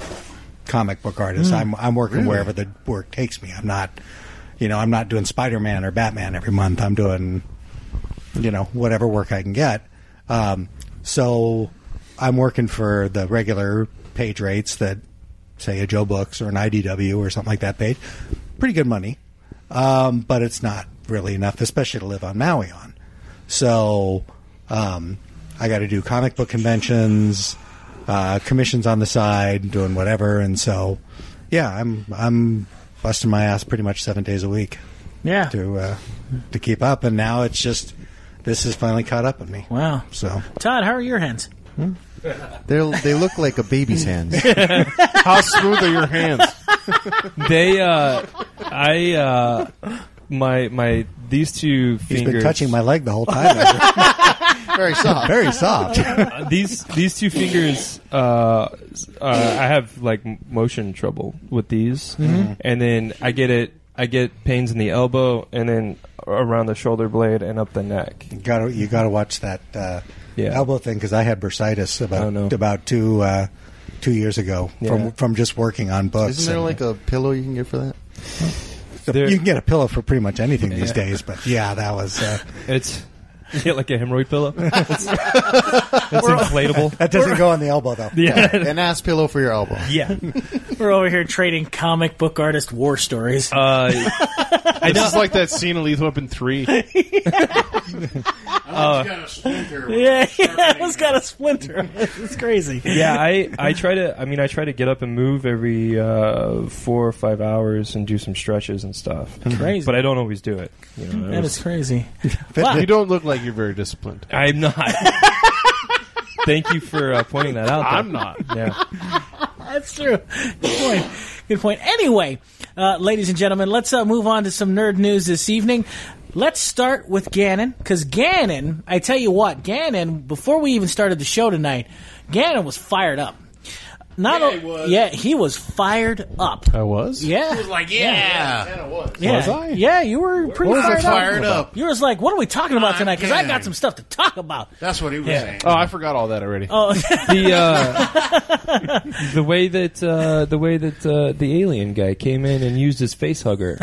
Speaker 6: comic book artist. I'm I'm working wherever the work takes me. I'm not, you know, I'm not doing Spider Man or Batman every month. I'm doing, you know, whatever work I can get. Um, so I'm working for the regular page rates that say a Joe Books or an IDW or something like that page, pretty good money, um, but it's not really enough, especially to live on Maui on. So um, I got to do comic book conventions, uh, commissions on the side, doing whatever, and so yeah, I'm I'm busting my ass pretty much seven days a week
Speaker 1: Yeah.
Speaker 6: to uh, to keep up, and now it's just this has finally caught up with me.
Speaker 1: Wow.
Speaker 6: So
Speaker 1: Todd, how are your hands?
Speaker 5: They they look like a baby's hands.
Speaker 4: How smooth are your hands?
Speaker 3: They, uh, I, uh, my, my, these two
Speaker 6: he's
Speaker 3: fingers.
Speaker 6: been touching my leg the whole time.
Speaker 5: Very soft.
Speaker 6: Very soft.
Speaker 3: Uh, these these two fingers, uh, s- uh, I have like m- motion trouble with these,
Speaker 6: Mm-hmm.
Speaker 3: and then I get it. I get pains in the elbow, and then around the shoulder blade and up the neck.
Speaker 6: Got to you got to watch that uh,
Speaker 3: Yeah.
Speaker 6: elbow thing because I had bursitis
Speaker 3: Oh, no.
Speaker 6: about about two uh, two years ago
Speaker 3: Yeah.
Speaker 6: from from just working on books.
Speaker 5: Isn't there
Speaker 6: and
Speaker 5: like a pillow you can get for that?
Speaker 3: There-
Speaker 6: you can get a pillow for pretty much anything these
Speaker 3: Yeah.
Speaker 6: days, but yeah, that was uh,
Speaker 3: It's you get like a hemorrhoid pillow. It's, it's inflatable.
Speaker 6: that doesn't go on the elbow though.
Speaker 3: Yeah,
Speaker 5: An ass pillow for your elbow.
Speaker 3: yeah.
Speaker 1: We're over here trading comic book artist war stories.
Speaker 3: Uh, I
Speaker 4: This
Speaker 3: know.
Speaker 4: is like that scene in Lethal Weapon 3.
Speaker 2: Oh.
Speaker 1: yeah, yeah, it's got a splinter. on it. It's crazy.
Speaker 3: yeah, I, I try to. I mean, I try to get up and move every uh, four or five hours and do some stretches and stuff.
Speaker 4: Hmm.
Speaker 1: Crazy.
Speaker 3: But I don't always do it. You know, I
Speaker 1: That
Speaker 3: was-
Speaker 1: is crazy. Wow.
Speaker 4: You don't look like you're very disciplined.
Speaker 3: I'm not. Thank you for uh, pointing that out. though.
Speaker 4: I'm not.
Speaker 3: Yeah.
Speaker 1: That's true. Good point. Good point. Anyway, uh, ladies and gentlemen, let's uh, move on to some nerd news this evening. Let's start with Gannon, because Gannon, I tell you what, Gannon, before we even started the show tonight, Gannon was fired up. Not yeah, he was. yeah, he was fired up.
Speaker 4: I was?
Speaker 1: Yeah, he was like,
Speaker 2: Yeah.
Speaker 1: yeah,
Speaker 4: Was I?
Speaker 1: yeah, you were pretty
Speaker 2: was I
Speaker 1: fired,
Speaker 2: fired
Speaker 1: up.
Speaker 2: up?
Speaker 1: You was like, what are we talking about
Speaker 2: I'm
Speaker 1: tonight? Because I
Speaker 2: Gannon.
Speaker 1: got some stuff to talk about.
Speaker 2: That's what he was saying.
Speaker 4: Oh, I forgot all that already.
Speaker 1: Oh,
Speaker 3: The uh, the way that uh, the way that uh, the alien guy came in and used his face hugger.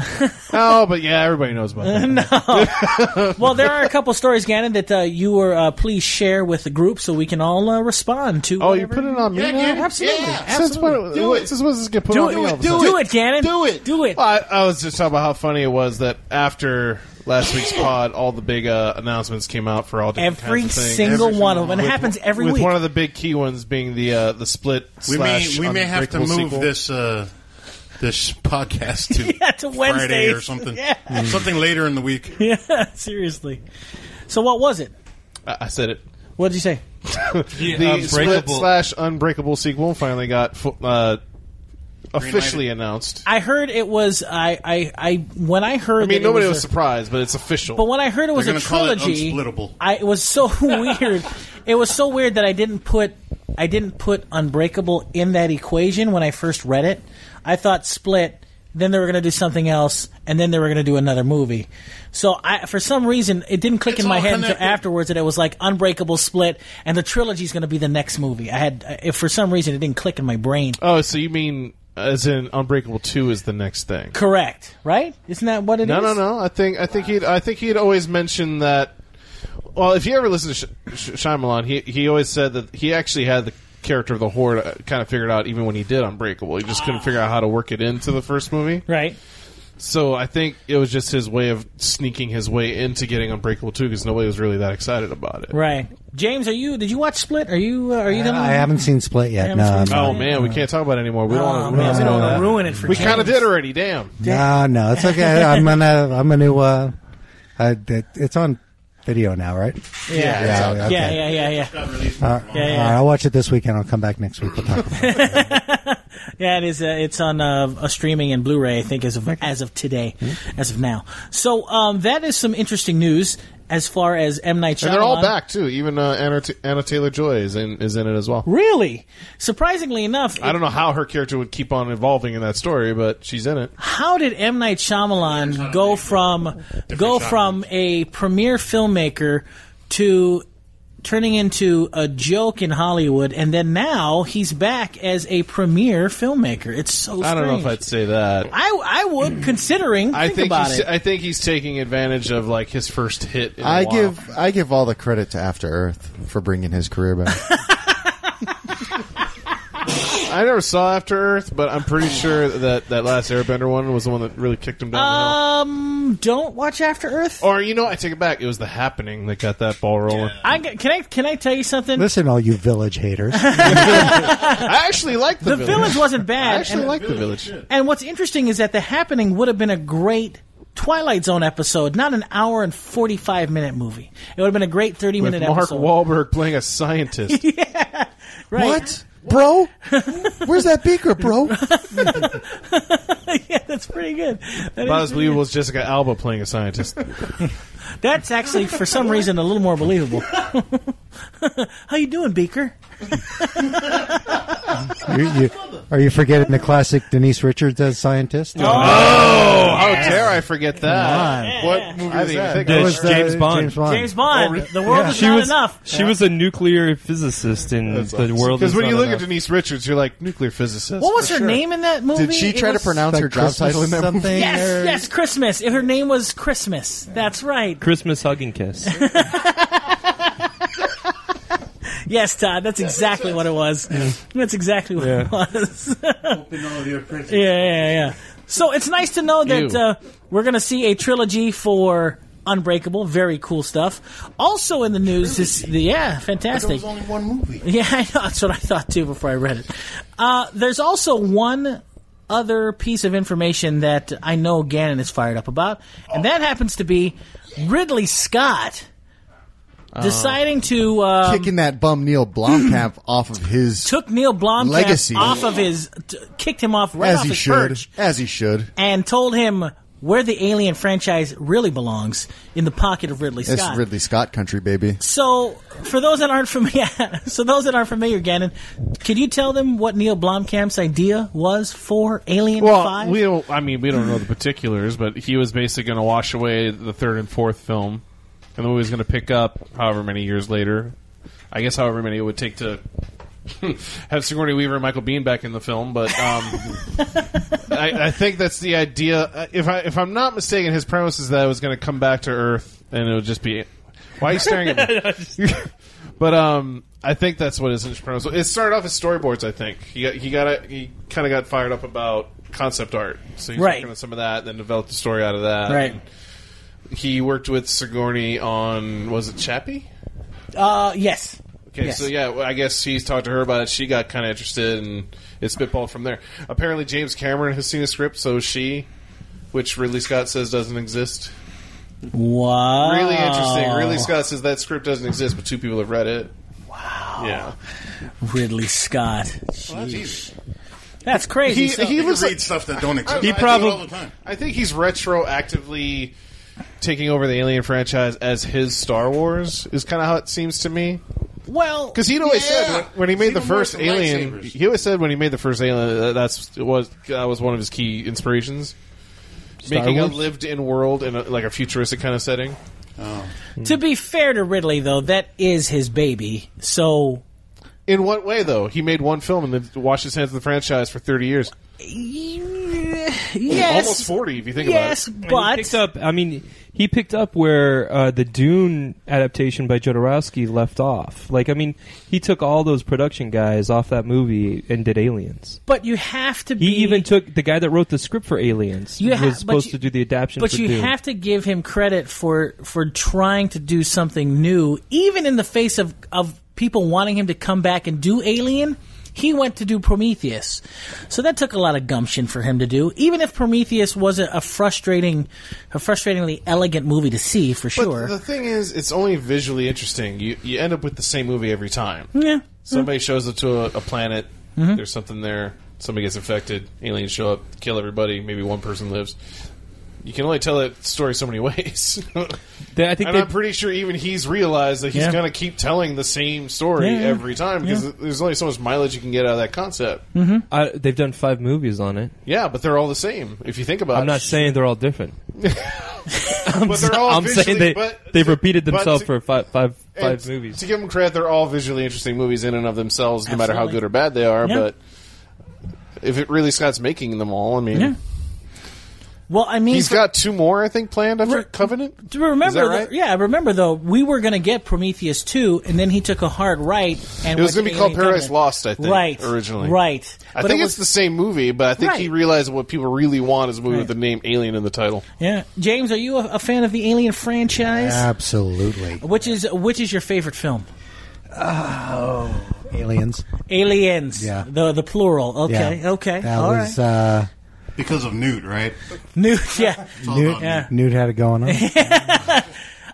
Speaker 4: Oh, but yeah, everybody knows about that.
Speaker 1: well, there are a couple stories, Gannon, that uh, you were uh, please share with the group so we can all uh, respond to.
Speaker 4: Oh, you
Speaker 1: whatever-
Speaker 4: put it on me?
Speaker 2: Yeah,
Speaker 4: now?
Speaker 2: yeah,
Speaker 1: absolutely,
Speaker 2: yeah.
Speaker 4: Since
Speaker 1: absolutely.
Speaker 4: when?
Speaker 2: Do it.
Speaker 4: Since when is this get put
Speaker 1: Do
Speaker 4: on
Speaker 1: it,
Speaker 4: me? all of a
Speaker 1: do,
Speaker 4: sudden?
Speaker 1: it, Gannon.
Speaker 2: Do it.
Speaker 1: Do it.
Speaker 4: Well, I, I was just talking about how funny it was that after last week's pod, all the big uh, announcements came out for all different
Speaker 1: every
Speaker 4: kinds of things.
Speaker 1: single one of them. It happens every
Speaker 4: With
Speaker 1: week.
Speaker 4: one of the big key ones being the uh, the split.
Speaker 2: We may
Speaker 4: slash
Speaker 2: we may have to move
Speaker 4: Unbreakable sequel.
Speaker 2: this uh, this podcast to,
Speaker 1: Yeah, to
Speaker 2: Friday
Speaker 1: Wednesdays.
Speaker 2: or something. Mm.
Speaker 1: Yeah.
Speaker 2: Something later in the week.
Speaker 1: yeah, seriously. So what was it?
Speaker 4: I, I said it.
Speaker 1: What did you say?
Speaker 4: The split slash unbreakable sequel finally got fu- uh, officially announced.
Speaker 1: I heard it was I I, I when I heard
Speaker 4: I mean,
Speaker 1: that it
Speaker 4: nobody
Speaker 1: was
Speaker 4: was
Speaker 1: a-
Speaker 4: surprised, but it's official.
Speaker 1: But when I heard it was
Speaker 2: They're
Speaker 1: a
Speaker 2: gonna call it
Speaker 1: trilogy,
Speaker 2: Unsplittable.
Speaker 1: I it was so weird. It was so weird that I didn't put I didn't put Unbreakable in that equation when I first read it. I thought Split, then they were going to do something else, and then they were going to do another movie. So I, for some reason, it didn't click
Speaker 2: It's
Speaker 1: in my
Speaker 2: all
Speaker 1: head until
Speaker 2: connected.
Speaker 1: afterwards that it was like Unbreakable, Split, and the trilogy is going to be the next movie. I had, if for some reason, it didn't click in my brain.
Speaker 4: oh, so you mean as in Unbreakable Two is the next thing?
Speaker 1: Correct, right? Isn't that what it is?
Speaker 4: No, no, no. I think I think he'd I think he'd always mentioned that. Well, if you ever listen to Sh- Sh- Shyamalan, he he always said that he actually had the character of the Horde uh, kind of figured out even when he did Unbreakable. He just couldn't figure out how to work it into the first movie.
Speaker 1: Right.
Speaker 4: So I think it was just his way of sneaking his way into getting Unbreakable too, because nobody was really that excited about it.
Speaker 1: Right, James. Are you? Did you watch Split? Are you? Uh, are you? the
Speaker 6: I haven't seen Split yet.
Speaker 1: Haven't
Speaker 6: No,
Speaker 1: seen
Speaker 6: I'm
Speaker 1: Split.
Speaker 4: Oh
Speaker 6: not.
Speaker 4: man, we can't talk about it anymore. We don't.
Speaker 1: Oh,
Speaker 4: wanna, we
Speaker 1: man,
Speaker 4: don't
Speaker 1: we don't
Speaker 4: wanna-
Speaker 1: want to ruin it for
Speaker 4: Um, we
Speaker 1: James.
Speaker 4: kind of did already. Damn.
Speaker 6: no, no, it's okay. I'm gonna I'm gonna uh, I, it, it's on video now, right?
Speaker 1: Yeah, yeah,
Speaker 6: okay.
Speaker 1: yeah, yeah, yeah, yeah. Yeah,
Speaker 6: All
Speaker 1: yeah.
Speaker 6: right, I'll watch it this weekend. I'll come back next week. We'll talk about it.
Speaker 1: Yeah, it is. Uh, it's on uh, a streaming and Blu-ray, I think, as of as of today,
Speaker 4: Hmm.
Speaker 1: as of now. So um, that is some interesting news as far as M Night Shyamalan.
Speaker 4: And they're all back too. Even uh, Anna, T- Anna Taylor Joy is in is in it as well.
Speaker 1: Really, surprisingly enough,
Speaker 4: I don't know how her character would keep on evolving in that story, but she's in it.
Speaker 1: how did M Night Shyamalan go from go from a premier filmmaker to turning into a joke in Hollywood, and then now he's back as a premier filmmaker? It's so. Strange.
Speaker 4: I don't know if I'd say that.
Speaker 1: I, I would considering.
Speaker 4: Hmm. I
Speaker 1: think,
Speaker 4: think
Speaker 1: about
Speaker 4: he's,
Speaker 1: it.
Speaker 4: I think he's taking advantage of like his first hit. In a
Speaker 5: I
Speaker 4: while.
Speaker 5: give I give all the credit to After Earth for bringing his career back.
Speaker 4: I never saw After Earth, but I'm pretty sure that that last Airbender one was the one that really kicked him down the hill.
Speaker 1: Um, don't watch After Earth.
Speaker 4: Or you know, I take it back. It was The Happening that got that ball rolling.
Speaker 1: I g- can I can I tell you something?
Speaker 6: Listen, all you village haters.
Speaker 4: I actually like the,
Speaker 1: the Village wasn't
Speaker 4: I
Speaker 1: bad,
Speaker 4: actually
Speaker 1: and,
Speaker 4: like the Village.
Speaker 1: and what's interesting is that the happening would have been a great Twilight Zone episode, not an hour and forty five minute movie. It would have been a great thirty
Speaker 4: With
Speaker 1: minute
Speaker 4: Mark
Speaker 1: episode.
Speaker 4: Wahlberg playing a scientist.
Speaker 1: right?
Speaker 5: What? Bro? Where's that beaker, bro?
Speaker 1: yeah, that's pretty good. That
Speaker 4: About
Speaker 1: is-
Speaker 4: as believable as Jessica Alba playing a scientist.
Speaker 1: that's actually for some reason a little more believable. How you doing, Beaker?
Speaker 6: You- you- are you forgetting the classic Denise Richards as scientist?
Speaker 1: Oh,
Speaker 4: Oh, How dare I forget that? What movie
Speaker 5: I
Speaker 4: was
Speaker 5: didn't even
Speaker 4: that?
Speaker 5: think
Speaker 4: That
Speaker 3: of
Speaker 4: was-
Speaker 3: It's James Bond.
Speaker 1: James Bond.
Speaker 4: Oh,
Speaker 1: the world is
Speaker 3: She
Speaker 1: not
Speaker 3: was
Speaker 1: enough.
Speaker 3: she was a nuclear physicist in the world.
Speaker 4: Because
Speaker 3: is
Speaker 4: when you
Speaker 3: not
Speaker 4: look
Speaker 3: enough.
Speaker 4: at Denise Richards, you're like nuclear physicist.
Speaker 1: What was
Speaker 4: for
Speaker 1: her
Speaker 4: sure.
Speaker 1: name in that movie?
Speaker 5: Did she
Speaker 1: It
Speaker 5: try to
Speaker 1: was-
Speaker 5: pronounce her job title in that movie?
Speaker 6: something.
Speaker 1: Yes,
Speaker 6: or-
Speaker 1: yes, Christmas. If her name was Christmas, that's right.
Speaker 3: Christmas hug and kiss.
Speaker 1: Yes, Todd, that's exactly what it was. That's exactly what it was. yeah,
Speaker 2: Open all your presents.
Speaker 1: yeah, yeah. So it's nice to know that
Speaker 4: Ew.
Speaker 1: uh, we're going to see a trilogy for Unbreakable. Very cool stuff. Also in the news is the yeah,
Speaker 2: There
Speaker 1: fantastic.
Speaker 2: was only one movie.
Speaker 1: Yeah, I know. That's what I thought too before I read it. Uh, there's also one other piece of information that I know Gannon is fired up about, and that happens to be Ridley Scott
Speaker 5: Uh,
Speaker 1: deciding to um,
Speaker 5: Kicking that bum Neil Blomkamp off of his
Speaker 1: took Neil Blomkamp
Speaker 5: Legacy.
Speaker 1: off of his t- kicked him off right
Speaker 5: as
Speaker 1: off
Speaker 5: he
Speaker 1: his
Speaker 5: should,
Speaker 1: perch
Speaker 5: as he should.
Speaker 1: and told him where the Alien franchise really belongs in the pocket of Ridley
Speaker 5: It's
Speaker 1: Scott.
Speaker 5: Ridley Scott country, baby.
Speaker 1: So, for those that aren't familiar, so those that aren't familiar, Gannon, could you tell them what Neil Blomkamp's idea was for Alien
Speaker 4: Well,
Speaker 1: Five?
Speaker 4: we don't. I mean, we don't know the particulars, but he was basically going to wash away the third and fourth film, and the movie was going to pick up however many years later. I guess however many it would take to have Sigourney Weaver and Michael Bean back in the film, but um, I, I think that's the idea. Uh, If I if I'm not mistaken, his premise is that it was going to come back to Earth, and it would just be. Why are you staring at me? But um, I think that's what his premise. was. It started off as storyboards. I think he got, he got a, he kind of got fired up about concept art, so he's
Speaker 1: Right.
Speaker 4: working on some of that, then developed a story out of that.
Speaker 1: right.
Speaker 4: He worked with Sigourney on was it Chappie?
Speaker 1: Uh, yes.
Speaker 4: Okay,
Speaker 1: Yes.
Speaker 4: so yeah, well, I guess he's talked to her about it. She got kind of interested, and it spitballed from there. Apparently, James Cameron has seen the script, so is she, which Ridley Scott says doesn't exist.
Speaker 1: Wow.
Speaker 4: Really interesting. Ridley Scott says that script doesn't exist, but two people have read it. Wow. Yeah.
Speaker 1: Ridley Scott.
Speaker 2: Well, that's easy.
Speaker 1: That's crazy.
Speaker 4: He-
Speaker 1: So-
Speaker 4: he-
Speaker 2: You
Speaker 4: looks
Speaker 2: can read
Speaker 4: like-
Speaker 2: stuff that don't exist.
Speaker 4: He
Speaker 2: I do it
Speaker 4: probab-
Speaker 2: all the time.
Speaker 4: I think he's retroactively taking over the Alien franchise as his Star Wars is kind of how it seems to me.
Speaker 1: well,
Speaker 4: Because he'd always
Speaker 2: Yeah.
Speaker 4: said when, when he made
Speaker 2: Even
Speaker 4: the first
Speaker 2: worse than
Speaker 4: Alien,
Speaker 2: lightsabers.
Speaker 4: he always said when he made the first Alien that that's it was that was one of his key inspirations. Making
Speaker 3: Wars?
Speaker 4: a lived-in world in a, like a futuristic kind of setting.
Speaker 1: to be fair to Ridley, though, that is his baby. So,
Speaker 4: In what way, though? He made one film and then washed his hands of the franchise for thirty years,
Speaker 1: yes,
Speaker 4: almost forty if you think
Speaker 1: yes,
Speaker 4: about it.
Speaker 1: but
Speaker 3: he picked up. I mean, he picked up where uh, the Dune adaptation by Jodorowsky left off. Like, I mean, he took all those production guys off that movie and did Aliens.
Speaker 1: but you have to be.
Speaker 3: He even took the guy that wrote the script for Aliens.
Speaker 1: You
Speaker 3: was
Speaker 1: ha- but
Speaker 3: supposed
Speaker 1: you-
Speaker 3: to do the adaptation.
Speaker 1: But
Speaker 3: for
Speaker 1: you
Speaker 3: Dune.
Speaker 1: have to give him credit for for trying to do something new, even in the face of of people wanting him to come back and do Alien. He went to do Prometheus, so that took a lot of gumption for him to do. Even if Prometheus was a, a frustrating, a frustratingly elegant movie to see for
Speaker 4: But
Speaker 1: sure.
Speaker 4: the thing is, it's only visually interesting. You you end up with the same movie every time.
Speaker 1: yeah,
Speaker 4: Somebody shows up to a, a planet.
Speaker 3: Mm-hmm.
Speaker 4: There's something there. Somebody gets infected. Aliens show up, kill everybody. Maybe one person lives. You can only tell that story so many ways.
Speaker 3: They- I think
Speaker 4: and
Speaker 3: they-
Speaker 4: I'm pretty sure even he's realized that he's
Speaker 1: Yeah.
Speaker 4: going to keep telling the same story
Speaker 1: Yeah, yeah.
Speaker 4: every time because there's only so much mileage you can get out of that concept.
Speaker 3: I, they've done five movies on it.
Speaker 4: Yeah, but they're all the same if you think about it.
Speaker 3: I'm not saying they're all different. I'm,
Speaker 4: But they're
Speaker 3: sa-
Speaker 4: all
Speaker 3: I'm
Speaker 4: visually-
Speaker 3: saying they
Speaker 4: but-
Speaker 3: they've repeated
Speaker 4: but
Speaker 3: themselves
Speaker 4: to-
Speaker 3: for five five
Speaker 4: And
Speaker 3: five movies.
Speaker 4: To give them credit, they're all visually interesting movies in and of themselves, no matter how
Speaker 1: Absolutely.
Speaker 4: good or bad they are.
Speaker 1: Yeah.
Speaker 4: But if it really Scott's making them all, I mean,
Speaker 1: yeah. Well, I mean,
Speaker 4: He's
Speaker 1: for-
Speaker 4: got two more, I think, planned after
Speaker 1: Re-
Speaker 4: Covenant.
Speaker 1: Do you remember?
Speaker 4: Is that
Speaker 1: though-
Speaker 4: right?
Speaker 1: yeah, I remember though. We were going to get Prometheus two, and then he took a hard right, and
Speaker 4: It was
Speaker 1: went
Speaker 4: going to be called
Speaker 1: Alien
Speaker 4: Paradise
Speaker 1: Covenant.
Speaker 4: Lost, I think,
Speaker 1: Right
Speaker 4: originally.
Speaker 1: right.
Speaker 4: I
Speaker 1: But
Speaker 4: think
Speaker 1: it
Speaker 4: it's the same movie, but I think he
Speaker 1: Right.
Speaker 4: realized what people really want is a movie
Speaker 1: Right.
Speaker 4: with the name Alien in the title.
Speaker 1: yeah. James, are you a, a fan of the Alien franchise?
Speaker 6: Absolutely.
Speaker 1: Which is which is your favorite film?
Speaker 6: Aliens.
Speaker 1: Aliens.
Speaker 6: Yeah.
Speaker 1: The the plural. Okay.
Speaker 6: Yeah.
Speaker 1: Okay.
Speaker 6: That
Speaker 1: All right.
Speaker 6: was uh,
Speaker 2: Because of Newt, right?
Speaker 1: Newt. Yeah.
Speaker 6: Newt,
Speaker 1: Yeah.
Speaker 6: Newt had it going on.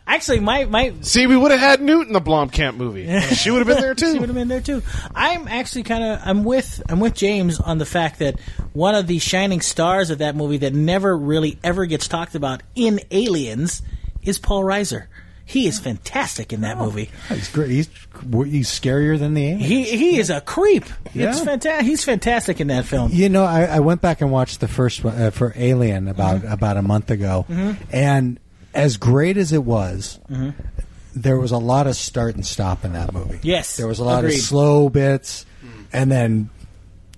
Speaker 1: Actually, my my
Speaker 4: See, we would have had Newt in the Blomkamp movie. she would have been there
Speaker 1: She would
Speaker 4: too.
Speaker 1: have been there too. I'm actually kind of I'm with I'm with James on the fact that one of the shining stars of that movie that never really ever gets talked about in Aliens is Paul Reiser. He is fantastic in that
Speaker 6: Oh.
Speaker 1: movie.
Speaker 6: he's great. He's, he's scarier than the alien.
Speaker 1: He he is a creep. It's
Speaker 6: Yeah.
Speaker 1: fantastic. He's fantastic in that film.
Speaker 6: You know, I, I went back and watched the first one uh, for Alien about
Speaker 1: Mm-hmm.
Speaker 6: about a month ago, and as great as it was,
Speaker 1: Mm-hmm.
Speaker 6: there was a lot of start and stop in that movie.
Speaker 1: Yes,
Speaker 6: there was a lot
Speaker 1: agreed.
Speaker 6: of slow bits,
Speaker 4: Mm.
Speaker 6: and then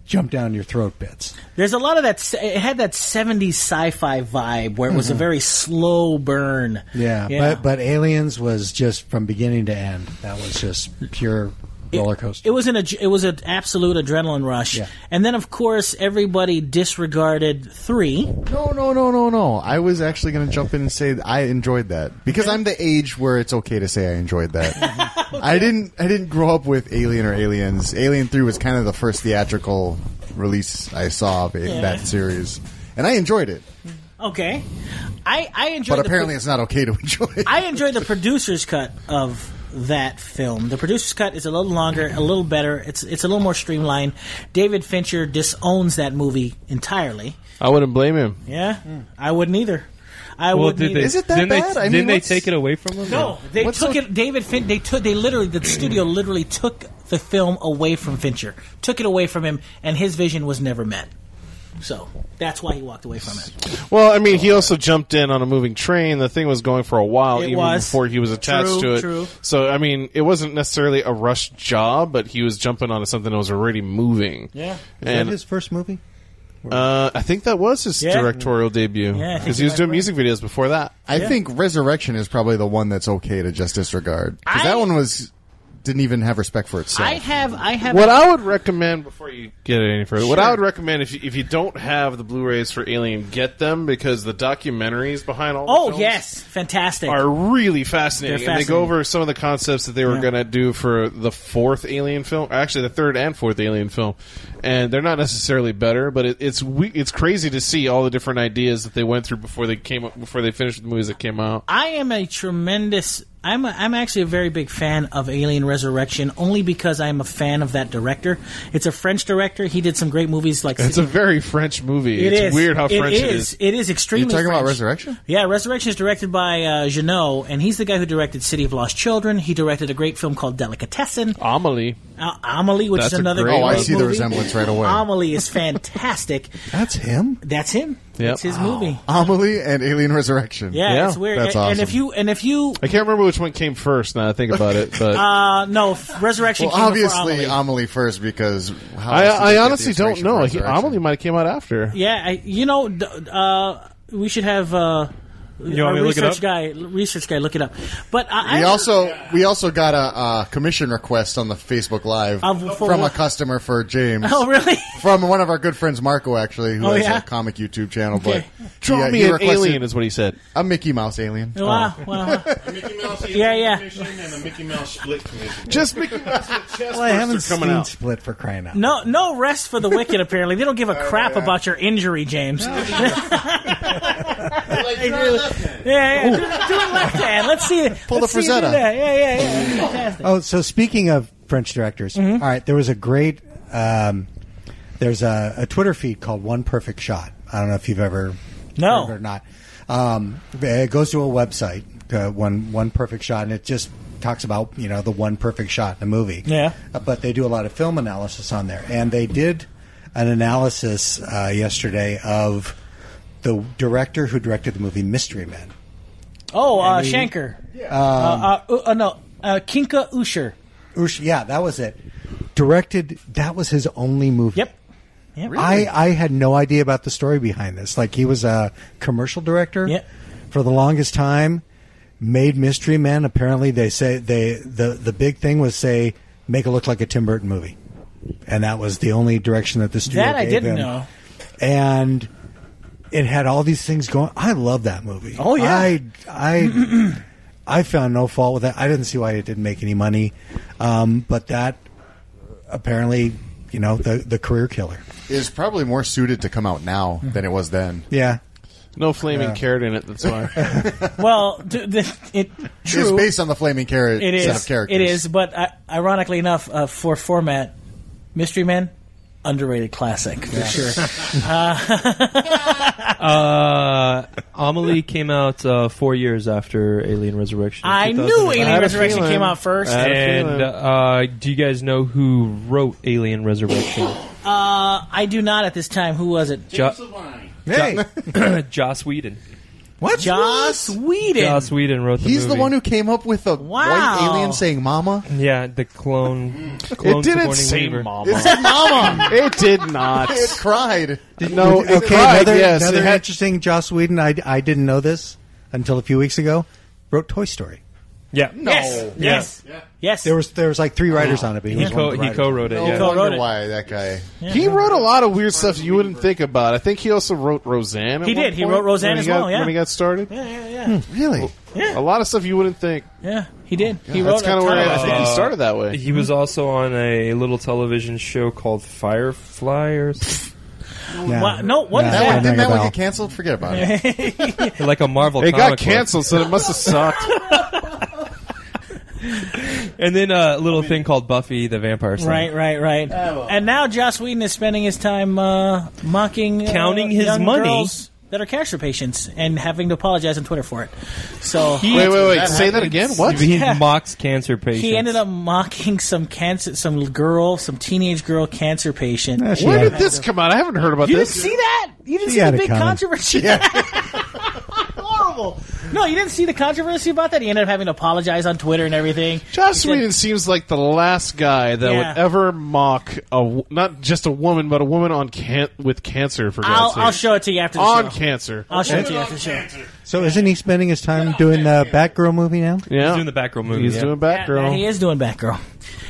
Speaker 6: jump down your throat bits.
Speaker 1: There's a lot of that. s- It had that '70s sci-fi vibe where it was a very slow burn.
Speaker 6: Mm-hmm. Yeah, but but Aliens was just from beginning to end. That was just pure roller coaster.
Speaker 1: It was an ad- it was an absolute adrenaline rush,
Speaker 6: Yeah.
Speaker 1: and then of course everybody disregarded three.
Speaker 5: No, no, no, no, no. I was actually going to jump in and say that I enjoyed that because I'm the age where it's okay to say I enjoyed that. I didn't. I didn't grow up with Alien or Aliens. Alien Three was kind of the first theatrical release I saw of it, that series, and I enjoyed it.
Speaker 1: Okay, I I enjoyed.
Speaker 5: But
Speaker 1: the
Speaker 5: apparently,
Speaker 1: pro-
Speaker 5: it's not okay to enjoy. it.
Speaker 1: I enjoyed the producer's cut of that film. The producer's cut is a little longer, a little better. It's it's a little more streamlined. David Fincher disowns that movie entirely.
Speaker 4: I wouldn't blame him.
Speaker 1: Yeah, I wouldn't either. I
Speaker 3: Well,
Speaker 1: wouldn't.
Speaker 3: did
Speaker 1: either.
Speaker 3: they,
Speaker 5: Is it that
Speaker 3: didn't
Speaker 5: bad?
Speaker 3: They,
Speaker 5: I mean,
Speaker 3: didn't they
Speaker 5: what's-
Speaker 3: take it away from them?
Speaker 1: No, they
Speaker 5: What's
Speaker 1: took
Speaker 5: so-
Speaker 1: it. David Fin. They took. They literally. The studio literally took the film away from Fincher. Took it away from him, and his vision was never met. So that's why he walked away from it.
Speaker 4: Well, I mean, he also jumped in on a moving train. The thing was going for a while,
Speaker 1: It
Speaker 4: even
Speaker 1: was.
Speaker 4: before he was attached
Speaker 1: True,
Speaker 4: to it.
Speaker 1: true.
Speaker 4: So, I mean, it wasn't necessarily a rushed job, but he was jumping onto something that was already moving.
Speaker 1: Yeah.
Speaker 4: and
Speaker 6: his first movie.
Speaker 4: uh, I think that was his
Speaker 1: Yeah.
Speaker 4: directorial
Speaker 1: Yeah, I
Speaker 4: debut.
Speaker 1: think
Speaker 4: because
Speaker 1: you
Speaker 4: he was
Speaker 1: might
Speaker 4: doing
Speaker 1: be
Speaker 4: music videos before that.
Speaker 5: I think Resurrection is probably the one that's okay to just disregard because
Speaker 1: I-
Speaker 5: that one was didn't even have respect for itself.
Speaker 1: I have. I have.
Speaker 4: What I would recommend before you get it any further, what I would recommend if you, if you don't have the Blu-rays for Alien, get them because the documentaries behind all. the
Speaker 1: oh
Speaker 4: films
Speaker 1: yes, fantastic.
Speaker 4: Are really fascinating.
Speaker 1: They're
Speaker 4: and they go
Speaker 1: fascinating.
Speaker 4: over some of the concepts that they were going to do for the fourth Alien film, actually the third and fourth Alien film, and they're not necessarily better, but it, it's we, it's crazy to see all the different ideas that they went through before they came up before they finished the movies that came out.
Speaker 1: I am a tremendous. I'm a, I'm actually a very big fan of Alien Resurrection only because I'm a fan of that director. It's a French director. He did some great movies like
Speaker 4: It's a very French movie.
Speaker 1: It
Speaker 4: it's
Speaker 1: is.
Speaker 4: weird how French
Speaker 1: it
Speaker 4: it
Speaker 1: is. It is extremely.
Speaker 5: You're talking about
Speaker 1: French.
Speaker 5: Resurrection?
Speaker 1: Yeah, Resurrection is directed by uh, Jeannot, and he's the guy who directed City of Lost Children. He directed a great film called Delicatessen.
Speaker 4: Amelie.
Speaker 1: Uh, Amelie, which
Speaker 4: That's
Speaker 1: is
Speaker 4: a
Speaker 1: another
Speaker 4: great
Speaker 1: great
Speaker 4: Oh, I
Speaker 5: see the
Speaker 1: movie.
Speaker 5: resemblance right away.
Speaker 1: Amelie is fantastic.
Speaker 6: That's him.
Speaker 1: That's him. That's his movie.
Speaker 5: Amelie and Alien Resurrection.
Speaker 1: Yeah,
Speaker 4: Yeah,
Speaker 1: it's weird.
Speaker 5: Oh. that's
Speaker 1: and, and if
Speaker 5: awesome.
Speaker 1: you and if you
Speaker 4: I can't remember which one came first. Now that I think about it, but
Speaker 1: uh, no Resurrection.
Speaker 5: Well,
Speaker 1: came before Amelie.
Speaker 5: obviously Amelie first because how else did they
Speaker 4: I, I
Speaker 5: get the
Speaker 4: honestly don't
Speaker 5: inspiration
Speaker 4: know.
Speaker 5: for
Speaker 4: He,
Speaker 5: Resurrection?
Speaker 4: Amelie might have came out after.
Speaker 1: Yeah, I, you know, d- uh, we should have uh,
Speaker 3: You
Speaker 1: our
Speaker 3: want me to look it
Speaker 1: research
Speaker 3: up?
Speaker 1: guy, research guy, look it up. But I,
Speaker 5: We
Speaker 1: I-
Speaker 5: also we also got a uh, commission request on the Facebook Live
Speaker 1: Of- for
Speaker 5: from a
Speaker 1: what?
Speaker 5: customer for James.
Speaker 1: oh really?
Speaker 5: From one of our good friends, Marco, actually, who
Speaker 1: Oh,
Speaker 5: has
Speaker 1: yeah?
Speaker 5: a comic YouTube channel.
Speaker 1: Okay.
Speaker 5: But
Speaker 4: Draw
Speaker 5: he, uh,
Speaker 4: me
Speaker 5: he
Speaker 4: an
Speaker 5: requested
Speaker 4: alien Oh. is what he said.
Speaker 5: a Mickey Mouse alien.
Speaker 1: Oh,
Speaker 3: Oh.
Speaker 1: wow, wow.
Speaker 2: Mickey Mouse
Speaker 1: Yeah, yeah.
Speaker 2: Commission and the Mickey Mouse Split Commission.
Speaker 4: Just Mickey Mouse with chest
Speaker 6: Well, I haven't
Speaker 4: burster coming
Speaker 6: seen
Speaker 4: out.
Speaker 6: Split for crying out.
Speaker 1: No, no rest for the wicked. Apparently, they don't give a
Speaker 5: Oh,
Speaker 1: crap about your injury, James. yeah, yeah. Do, do it left hand. Let's see.
Speaker 5: Pull the
Speaker 1: let's see you do
Speaker 5: Frazetta.
Speaker 1: that. Yeah, yeah, yeah. Fantastic.
Speaker 6: Oh, so speaking of French directors,
Speaker 1: Mm-hmm.
Speaker 6: all right, there was a great. Um, there's a, a Twitter feed called One Perfect Shot. I don't know if you've ever
Speaker 1: No.
Speaker 6: heard it or not. Um, it goes to a website, uh, one one perfect shot, and it just talks about you know the one perfect shot in a movie.
Speaker 1: Yeah.
Speaker 6: Uh, but they do a lot of film analysis on there, and they did an analysis uh, yesterday of the director who directed the movie Mystery Men.
Speaker 1: Oh, uh, Shanker.
Speaker 5: Um,
Speaker 1: Uh, uh, uh, no, uh, Kinka Usher.
Speaker 6: Ush, yeah, that was it. Directed. That was his only movie.
Speaker 1: Yep. Yep.
Speaker 6: I, I had no idea about the story behind this. Like he was a commercial director
Speaker 1: Yep.
Speaker 6: for the longest time. Made Mystery Men. Apparently, they say they the the big thing was say make it look like a Tim Burton movie, and that was the only direction that the studio
Speaker 1: That I
Speaker 6: gave
Speaker 1: didn't
Speaker 6: him.
Speaker 1: know.
Speaker 6: And it had all these things going. I love that movie.
Speaker 1: Oh, yeah.
Speaker 6: I I I found no fault with that. I didn't see why it didn't make any money, um, but that apparently you know the the career killer.
Speaker 5: Is probably more suited to come out now
Speaker 4: Hmm.
Speaker 5: than it was then.
Speaker 6: Yeah.
Speaker 4: No flaming carrot in it. That's why.
Speaker 1: Well, d- d- it
Speaker 5: It's
Speaker 1: true.
Speaker 5: based on the flaming carrot
Speaker 1: It
Speaker 5: set
Speaker 1: is.
Speaker 5: of characters.
Speaker 1: It is. But I, ironically enough, uh, for format, Mystery Men underrated classic for sure.
Speaker 3: Uh, Amelie came out uh, four years after Alien Resurrection.
Speaker 1: I knew
Speaker 3: 2009.
Speaker 1: Alien
Speaker 4: I had a
Speaker 1: Resurrection
Speaker 4: feeling.
Speaker 1: came out first.
Speaker 4: I had a
Speaker 3: And
Speaker 4: feeling.
Speaker 3: uh, do you guys know who wrote Alien Resurrection?
Speaker 1: Uh, I do not at this time. Who was it?
Speaker 3: Jo-
Speaker 6: Hey,
Speaker 3: Joss Whedon.
Speaker 6: what?
Speaker 1: Joss Whedon.
Speaker 3: Joss Whedon wrote the
Speaker 5: He's
Speaker 3: movie.
Speaker 5: the one who came up with the
Speaker 1: Wow.
Speaker 5: white alien saying "Mama."
Speaker 3: Yeah, the clone. clone
Speaker 4: it didn't
Speaker 3: Sigourney
Speaker 4: say
Speaker 3: Weaver.
Speaker 4: mama.
Speaker 5: It said "Mama."
Speaker 4: it did not.
Speaker 5: it cried.
Speaker 4: No. It
Speaker 6: Okay,
Speaker 4: cried,
Speaker 6: another,
Speaker 4: yes.
Speaker 6: another
Speaker 4: It had-
Speaker 6: interesting Joss Whedon. I, I didn't know this until a few weeks ago. Wrote Toy Story.
Speaker 3: Yeah.
Speaker 5: No.
Speaker 1: Yes. Yes. Yes.
Speaker 6: There was there was like three writers on it, but he,
Speaker 3: He,
Speaker 6: was one
Speaker 3: co-
Speaker 6: of the
Speaker 3: he
Speaker 6: writers.
Speaker 3: co-wrote it.
Speaker 5: No
Speaker 3: yeah.
Speaker 1: Co-wrote
Speaker 5: wonder
Speaker 1: it.
Speaker 5: why that guy.
Speaker 4: He wrote a lot of weird stuff you wouldn't think about. I think he also wrote Roseanne. at
Speaker 1: He
Speaker 4: one
Speaker 1: did. He
Speaker 4: point
Speaker 1: wrote Roseanne
Speaker 4: when he
Speaker 1: as
Speaker 4: got-
Speaker 1: well, yeah.
Speaker 4: when he got started.
Speaker 1: yeah, yeah, yeah.
Speaker 5: Really?
Speaker 4: A lot of stuff you wouldn't think.
Speaker 1: yeah. He did. He wrote
Speaker 4: That's kind of where I think he
Speaker 3: Uh,
Speaker 4: started that way.
Speaker 3: He was also on a little television show called Firefly, or s-
Speaker 6: Yeah.
Speaker 1: Wow, no, what is
Speaker 6: Yeah.
Speaker 5: That one,
Speaker 1: that?
Speaker 5: didn't
Speaker 6: Ring a
Speaker 5: that one
Speaker 6: bell.
Speaker 5: get canceled? Forget about it.
Speaker 3: like a Marvel.
Speaker 4: It got
Speaker 3: comic book.
Speaker 4: canceled, so it must have sucked.
Speaker 3: And then a little thing called Buffy the Vampire Slayer.
Speaker 1: Right, right, right. and now Joss Whedon is spending his time uh, mocking, uh,
Speaker 3: Counting his
Speaker 1: young
Speaker 3: money.
Speaker 1: girls that are cancer patients and having to apologize on Twitter for it. So he,
Speaker 4: wait, wait, wait. Say that again. What?
Speaker 3: He mocks cancer patients.
Speaker 1: ended up mocking some cancer, some girl, some teenage girl cancer patient.
Speaker 6: Yeah, she
Speaker 4: Where
Speaker 6: had
Speaker 4: did
Speaker 6: it.
Speaker 4: this come out? I haven't heard about
Speaker 1: You didn't
Speaker 4: this.
Speaker 1: see that? You didn't
Speaker 6: She
Speaker 1: see the
Speaker 6: had it
Speaker 1: big
Speaker 6: coming.
Speaker 1: controversy? Horrible. No, you didn't see the controversy about that. He ended up having to apologize on Twitter and everything.
Speaker 4: Josh
Speaker 1: He said-
Speaker 4: Whedon seems like the last guy that
Speaker 1: Yeah.
Speaker 4: would ever mock a w- not just a woman, but a woman on can- with cancer. For
Speaker 1: I'll,
Speaker 4: God's
Speaker 1: I'll
Speaker 4: sake.
Speaker 1: show it to you after the
Speaker 4: on
Speaker 1: show.
Speaker 4: cancer.
Speaker 1: I'll show it to you after the show.
Speaker 6: So isn't he spending his time doing the Batgirl movie now?
Speaker 4: yeah,
Speaker 3: He's doing the Batgirl movie.
Speaker 4: He's
Speaker 3: yeah.
Speaker 4: doing
Speaker 1: Yeah, yeah,
Speaker 4: Batgirl.
Speaker 1: he is doing Batgirl.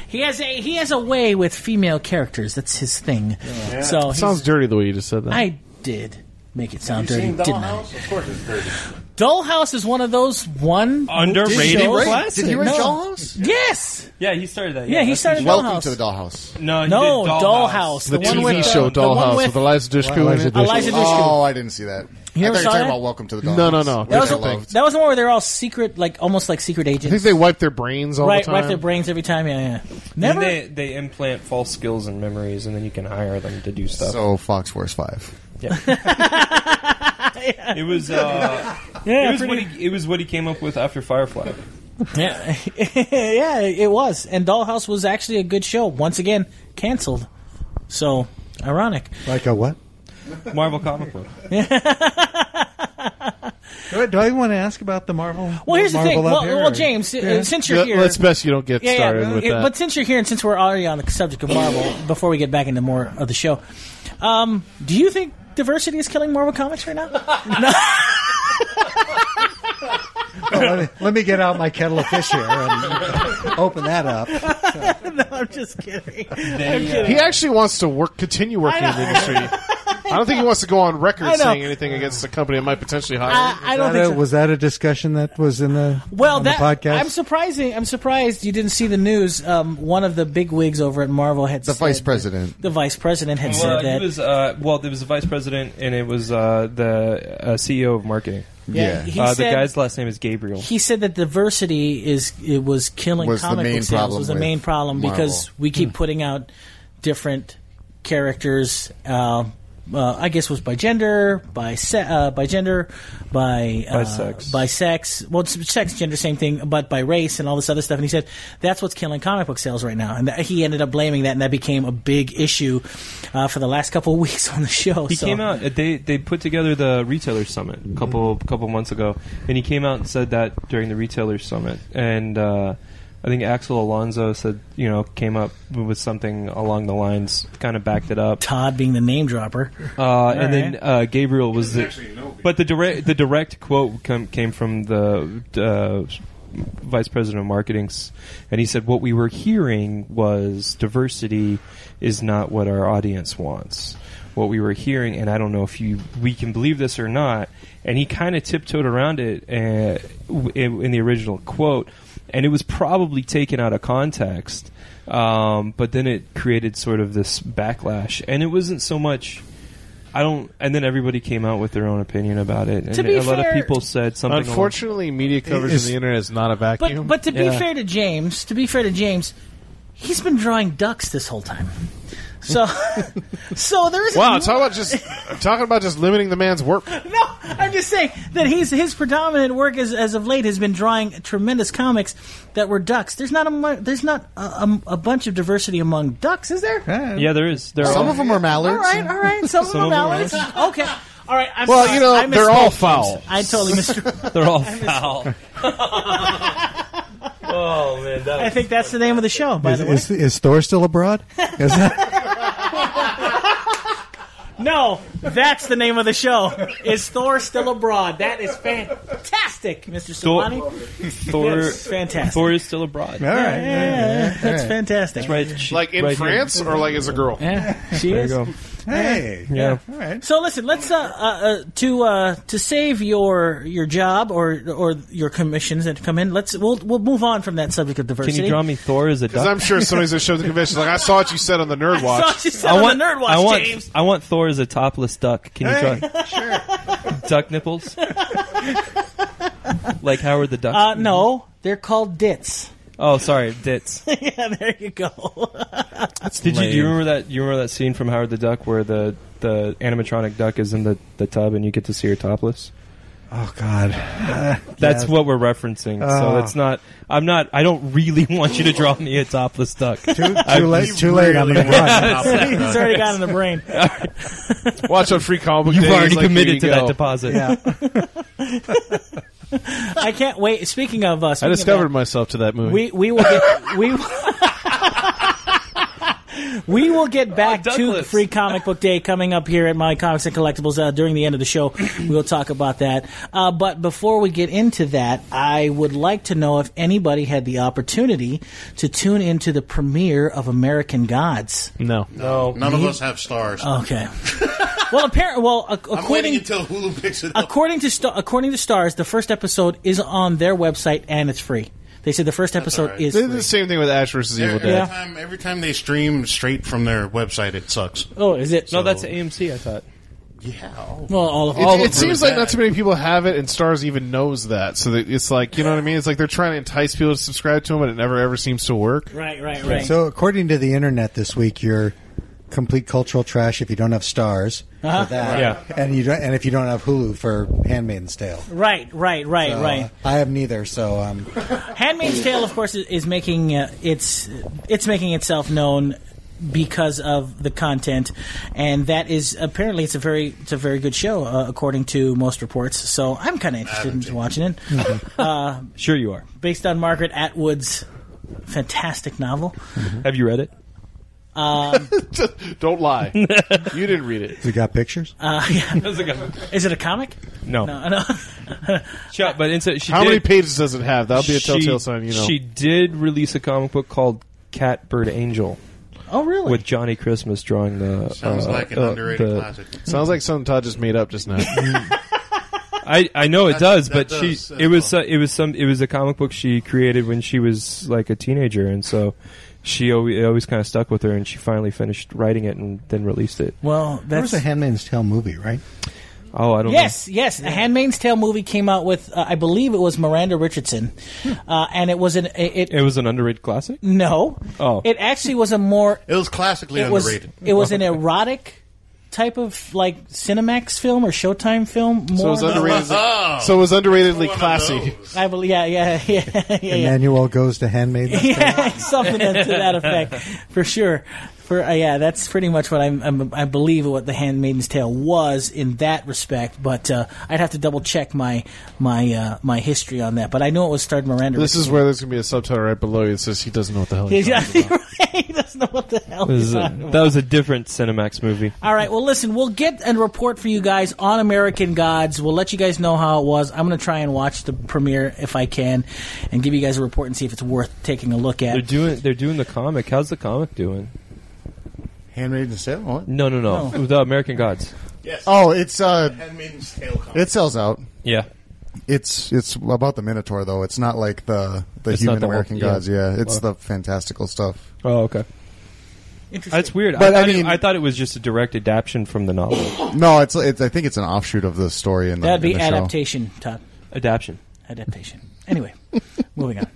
Speaker 1: He has a he has a way with female characters. That's his thing. So he's-
Speaker 4: Sounds dirty the way you just said that.
Speaker 1: I did make it sound dirty, didn't I? Of course, it's dirty. Dollhouse is one of those one
Speaker 3: Underrated
Speaker 1: shows-
Speaker 3: classic.
Speaker 5: Did he write
Speaker 1: No.
Speaker 5: Dollhouse?
Speaker 1: Yes.
Speaker 3: Oh, Yeah, he started that.
Speaker 1: Yeah, he
Speaker 3: that's-
Speaker 1: started
Speaker 5: Welcome
Speaker 1: Dollhouse.
Speaker 5: to the Dollhouse.
Speaker 3: No, he
Speaker 1: no,
Speaker 3: did
Speaker 1: Dollhouse.
Speaker 4: the,
Speaker 1: one
Speaker 4: TV
Speaker 1: with,
Speaker 4: show
Speaker 1: uh, the one
Speaker 4: Dollhouse
Speaker 1: with-
Speaker 4: with, Eliza Dushku in
Speaker 6: Eliza
Speaker 4: it.
Speaker 6: Dushku.
Speaker 1: Eliza Dushku.
Speaker 5: Oh, I didn't see that.
Speaker 1: You never
Speaker 5: I thought you were
Speaker 1: saw
Speaker 5: talking
Speaker 1: that?
Speaker 5: about Welcome to the Dollhouse.
Speaker 4: No, no, no.
Speaker 1: That
Speaker 5: Which
Speaker 4: That
Speaker 1: was,
Speaker 5: I
Speaker 4: a-
Speaker 5: loved.
Speaker 1: that was the one where they're all secret, like almost like secret
Speaker 4: I think
Speaker 1: agents.
Speaker 4: they wipe their brains all
Speaker 1: Right,
Speaker 4: the time.
Speaker 1: wipe their brains every time. Yeah, yeah.
Speaker 3: Then
Speaker 1: Never.
Speaker 3: they, they implant false skills and memories, and then you can hire them to do stuff.
Speaker 5: So Fox Force Five.
Speaker 3: it was uh,
Speaker 1: yeah,
Speaker 3: it was
Speaker 1: pretty-
Speaker 3: what he it was what he came up with after Firefly.
Speaker 1: yeah, yeah. It was, and Dollhouse was actually a good show. Once again, canceled. So ironic.
Speaker 6: Like a what?
Speaker 3: Marvel comic book.
Speaker 6: Do I, do I want to ask about the Marvel?
Speaker 1: Well, here's
Speaker 6: Marvel
Speaker 1: the thing.
Speaker 6: up
Speaker 1: Well,
Speaker 6: here,
Speaker 1: well
Speaker 6: or-
Speaker 1: James, uh, since you're
Speaker 4: Let-
Speaker 1: here,
Speaker 4: Let's best you don't get started with
Speaker 1: Yeah,
Speaker 4: that.
Speaker 1: But since you're here and since we're already on the subject of Marvel, before we get back into more of the show, um, do you think diversity is killing Marvel comics right now?
Speaker 6: let, me, let me get out my kettle of fish here and open that up.
Speaker 1: no, I'm just kidding.
Speaker 4: He actually wants to work, continue working
Speaker 1: I
Speaker 4: in
Speaker 1: know.
Speaker 4: the industry. I don't think he wants to go on
Speaker 1: I
Speaker 4: record
Speaker 1: know. Uh,
Speaker 4: saying anything against the company that might potentially hire.
Speaker 1: I,
Speaker 4: him.
Speaker 1: I don't
Speaker 6: That a-
Speaker 1: think so.
Speaker 6: Was that a discussion that was in the
Speaker 1: well,
Speaker 6: on
Speaker 1: that
Speaker 6: the podcast?
Speaker 1: I'm surprising. I'm surprised you didn't see the news. Um, one of the big wigs over at Marvel had
Speaker 5: The
Speaker 1: said
Speaker 5: Vice President.
Speaker 1: The vice president had
Speaker 3: Well,
Speaker 1: said that.
Speaker 3: he was uh, well, there was a vice president, and it was uh, the uh, CEO of marketing.
Speaker 1: yeah, he
Speaker 3: uh, the
Speaker 1: said-
Speaker 3: guy's last name is Gabriel.
Speaker 1: he said that diversity is it was killing
Speaker 5: Was the
Speaker 1: comic
Speaker 5: main
Speaker 1: book sales
Speaker 5: problem
Speaker 1: was the
Speaker 5: with
Speaker 1: main problem
Speaker 5: Marvel.
Speaker 1: because we
Speaker 3: Hmm.
Speaker 1: keep putting out different characters. Uh, uh, I guess was by gender, by se- uh, by gender, by uh,
Speaker 3: By sex.
Speaker 1: by sex. Well, it's sex, gender, same thing, but by race and all this other stuff. And he said that's what's killing comic book sales right now. And that, he ended up blaming that, and that became a big issue uh, for the last couple of weeks on the show.
Speaker 3: He
Speaker 1: so.
Speaker 3: came out. uh, They they put together the retailer summit a couple couple months ago, and he came out and said that during the retailer summit, and uh, I think Axel Alonso said, you know, came up with something along the lines, kind of backed it up.
Speaker 1: Todd being the name dropper.
Speaker 3: Uh, and then
Speaker 1: right.
Speaker 3: uh, Gabriel was the,
Speaker 7: actually no Gabriel.
Speaker 3: but the direct the direct quote come, came from the uh, vice president of marketing, s- and he said what we were hearing was diversity is not what our audience wants. What we were hearing, and I don't know if you we can believe this or not, and he kind of tiptoed around it uh, w- in, in the original quote, and it was probably taken out of context. Um, but then it created sort of this backlash, and it wasn't so much. I don't. And then everybody came out with their own opinion about it, and
Speaker 1: To be
Speaker 3: a lot
Speaker 1: fair-
Speaker 3: of people said something. along-
Speaker 4: Unfortunately, media coverage
Speaker 6: Is-
Speaker 4: on the internet is not a
Speaker 1: But
Speaker 4: vacuum.
Speaker 1: but to be
Speaker 3: Yeah.
Speaker 1: fair to James, to be fair to James, he's been drawing ducks this whole time. So so there is
Speaker 4: wow, talk about just talking about just limiting the man's work.
Speaker 1: No, I'm just saying that he's his predominant work as, as of late has been drawing tremendous comics that were ducks. There's not a mu- there's not a, a, a bunch of diversity among ducks, is there?
Speaker 3: yeah, there is. There
Speaker 5: Some
Speaker 3: are.
Speaker 5: of them are
Speaker 1: All
Speaker 5: mallards.
Speaker 1: right, all right. Some,
Speaker 3: Some
Speaker 1: of
Speaker 3: of
Speaker 1: them
Speaker 3: them
Speaker 1: are mallards. Okay. All right. I'm
Speaker 4: Well,
Speaker 1: sorry.
Speaker 4: you know,
Speaker 1: I
Speaker 4: they're all
Speaker 1: misspoke, James.
Speaker 4: foul.
Speaker 1: I totally missed.
Speaker 3: They're all foul. oh man, that
Speaker 1: I think that's the name of the show. By
Speaker 6: Is,
Speaker 1: the way,
Speaker 6: is, is Thor still abroad? Is that-
Speaker 1: no, that's the name of the show. Is Thor still abroad? That is fantastic, Mr.
Speaker 3: Thor-
Speaker 1: Silvani.
Speaker 3: Thor.
Speaker 1: That's fantastic.
Speaker 3: Thor is still abroad.
Speaker 6: all
Speaker 1: Yeah,
Speaker 6: right.
Speaker 1: yeah, yeah, yeah. that's fantastic.
Speaker 3: Right, she-
Speaker 4: Like in
Speaker 3: right here.
Speaker 4: France, or like as a girl.
Speaker 1: Yeah, she
Speaker 3: There
Speaker 1: is.
Speaker 3: you go.
Speaker 6: Hey.
Speaker 3: Yeah.
Speaker 6: All right.
Speaker 1: So listen, let's uh, uh, uh to uh to save your your job or or your commissions that come in. Let's we'll we'll move on from that subject of diversity.
Speaker 3: Can you draw me Thor as a
Speaker 4: Because I'm
Speaker 3: duck?
Speaker 4: sure somebody's gonna show up to the convention. Like I saw what you said on the Nerd
Speaker 1: So
Speaker 4: Watch.
Speaker 1: she said on the nerd watch,
Speaker 3: I want.
Speaker 1: James.
Speaker 3: I want Thor as a topless duck. Can you
Speaker 6: Hey,
Speaker 3: draw duck nipples? like Howard the Duck.
Speaker 1: Uh, no, they're called dits.
Speaker 3: oh, sorry, dits.
Speaker 1: yeah, there you go.
Speaker 3: Did you, do you
Speaker 5: Lame.
Speaker 3: remember that? You remember that scene from Howard the Duck where the the animatronic duck is in the, the tub and you get to see her topless?
Speaker 6: Oh God.
Speaker 3: That's
Speaker 6: Yeah.
Speaker 3: what we're referencing. so
Speaker 6: Ah.
Speaker 3: it's not. I'm not. I don't really want you to draw me a topless duck.
Speaker 6: Too, too late. Too late. I'm gonna run.
Speaker 1: It's already got in the brain.
Speaker 4: Watch on Free Comic Book
Speaker 3: You've
Speaker 4: Day,
Speaker 3: already
Speaker 4: it's like, here
Speaker 3: committed
Speaker 4: you
Speaker 3: to
Speaker 4: go.
Speaker 3: that deposit.
Speaker 6: Yeah.
Speaker 1: I can't wait. Speaking of, uh,
Speaker 4: I
Speaker 1: speaking of
Speaker 4: discovered
Speaker 1: that,
Speaker 4: myself to that movie.
Speaker 1: we we will get we. will- We will get back
Speaker 3: Oh,
Speaker 1: to
Speaker 3: Douglas.
Speaker 1: Free Comic Book Day coming up here at My Comics and Collectibles uh, during the end of the show. We'll talk about that. Uh, but before we get into that, I would like to know if anybody had the opportunity to tune into the premiere of American Gods.
Speaker 4: no.
Speaker 1: Oh,
Speaker 3: No.
Speaker 2: None of us have stars.
Speaker 1: Okay. well, apparently, well, ac-
Speaker 2: I'm waiting
Speaker 1: Uh, according
Speaker 2: until Hulu picks it up.
Speaker 1: according to Sta- according to Stars, the first episode is on their website and it's free. They said the first episode
Speaker 2: alright.
Speaker 1: is
Speaker 4: They did
Speaker 1: free.
Speaker 4: the same thing with Ash versus Evil
Speaker 2: Every,
Speaker 4: Dead.
Speaker 1: Yeah.
Speaker 2: time, every time they stream straight from their website, it sucks.
Speaker 1: Oh, is it?
Speaker 3: No, that's AMC. I thought.
Speaker 2: Yeah.
Speaker 1: well, all of
Speaker 4: It,
Speaker 1: all
Speaker 4: it
Speaker 1: of them.
Speaker 4: seems
Speaker 2: really
Speaker 4: like not
Speaker 2: bad.
Speaker 4: too many people have it, and Stars even knows that. So that it's like you know what I mean. It's like they're trying to entice people to subscribe to them, but it never ever seems to work.
Speaker 1: Right, right, right.
Speaker 6: So, according to the internet this week, you're complete cultural trash if you don't have stars
Speaker 1: Uh-huh.
Speaker 6: for that,
Speaker 3: Yeah.
Speaker 6: and you don't, and if you don't have Hulu for Handmaiden's Tale.
Speaker 1: right, right, right,
Speaker 6: Uh,
Speaker 1: right.
Speaker 6: I have neither, so um,
Speaker 1: Handmaid's Tale, of course, is, is making uh, its it's making itself known because of the content, and that is apparently it's a very it's a very good show uh, according to most reports. So I'm kind of interested in watching it,
Speaker 6: Hmm.
Speaker 3: Sure, you are.
Speaker 1: based on Margaret Atwood's fantastic novel.
Speaker 3: Have you read it?
Speaker 4: Don't lie. you didn't read it.
Speaker 6: has it got pictures?
Speaker 1: Is it a comic?
Speaker 3: no.
Speaker 1: No, no.
Speaker 3: Shut- but instead, she
Speaker 4: How many
Speaker 3: did-
Speaker 4: pages does it have? That'll be a telltale
Speaker 3: she,
Speaker 4: sign. You know.
Speaker 3: She did release a comic book called Cat Bird Angel
Speaker 1: Oh, really?
Speaker 3: with Johnny Christmas drawing the.
Speaker 2: Sounds
Speaker 3: uh,
Speaker 2: like an
Speaker 3: uh,
Speaker 2: underrated
Speaker 3: the-
Speaker 2: classic.
Speaker 4: Sounds like something Todd just made up just now.
Speaker 3: I, I know it
Speaker 2: That-
Speaker 3: does,
Speaker 2: that
Speaker 3: but
Speaker 2: does,
Speaker 3: she
Speaker 2: uh,
Speaker 3: it was uh, it was some it was a comic book she created when she was like a teenager, and so she always, it always kind of stuck with her, and she finally finished writing it and then released it.
Speaker 1: well,
Speaker 6: There
Speaker 1: that's
Speaker 6: was a Handmaid's Tale movie, right?
Speaker 3: Oh, I don't
Speaker 1: Yes, yes. The Handmaid's Tale movie came out with, uh, I believe it was Miranda Richardson, uh, and it was an it,
Speaker 3: know. It was an underrated classic.
Speaker 1: no,
Speaker 3: Oh.
Speaker 1: it actually was a more
Speaker 2: It was classically
Speaker 1: it was
Speaker 2: underrated.
Speaker 1: it was an erotic type of like Cinemax film or Showtime film more?
Speaker 4: So it was underrated.
Speaker 2: Oh.
Speaker 4: so it was underratedly
Speaker 2: One of
Speaker 4: classy.
Speaker 2: those.
Speaker 1: I believe, yeah, yeah, yeah, yeah, yeah.
Speaker 6: Emmanuel goes to handmade.
Speaker 1: yeah, something to that effect for sure. For uh, yeah, that's pretty much what I'm, I'm, I believe what the Handmaiden's Tale was in that respect. But uh, I'd have to double check my my uh, my history on that. But I know it was starred Miranda.
Speaker 4: This is where there's gonna be a subtitle right below you that says he doesn't know what the hell he's
Speaker 1: yeah,
Speaker 4: yeah.
Speaker 1: right. He doesn't know what the hell.
Speaker 3: This is
Speaker 1: he's
Speaker 3: a-
Speaker 1: on.
Speaker 3: that was a different Cinemax movie.
Speaker 1: All right. Well, listen, we'll get a report for you guys on American Gods. We'll let you guys know how it was. I'm going to try and watch the premiere if I can, and give you guys a report and see if it's worth taking a look
Speaker 3: They're
Speaker 1: at.
Speaker 3: doing they're doing the comic. How's the comic doing?
Speaker 5: Handmade in sale. What?
Speaker 3: No, no, no.
Speaker 1: No.
Speaker 3: The American Gods.
Speaker 2: Yes.
Speaker 5: Oh, it's uh,
Speaker 2: Handmaiden's Tale comic.
Speaker 5: it sells out.
Speaker 3: Yeah.
Speaker 5: It's it's about the Minotaur though. It's not like the the
Speaker 3: It's not
Speaker 5: human
Speaker 3: the whole-
Speaker 5: American
Speaker 3: yeah.
Speaker 5: gods. Yeah, it's
Speaker 3: Wow.
Speaker 5: the fantastical stuff.
Speaker 3: Oh, okay.
Speaker 1: Interesting.
Speaker 3: That's weird.
Speaker 5: But,
Speaker 3: I,
Speaker 5: I
Speaker 3: thought it-
Speaker 5: mean-
Speaker 3: I thought it was just a direct adaptation from the novel.
Speaker 5: No, it's, it's I think it's an offshoot of the story in the,
Speaker 1: That'd be
Speaker 5: in the show.
Speaker 1: adaptation, Todd.
Speaker 3: adaptation.
Speaker 1: Adaptation. Anyway, moving on.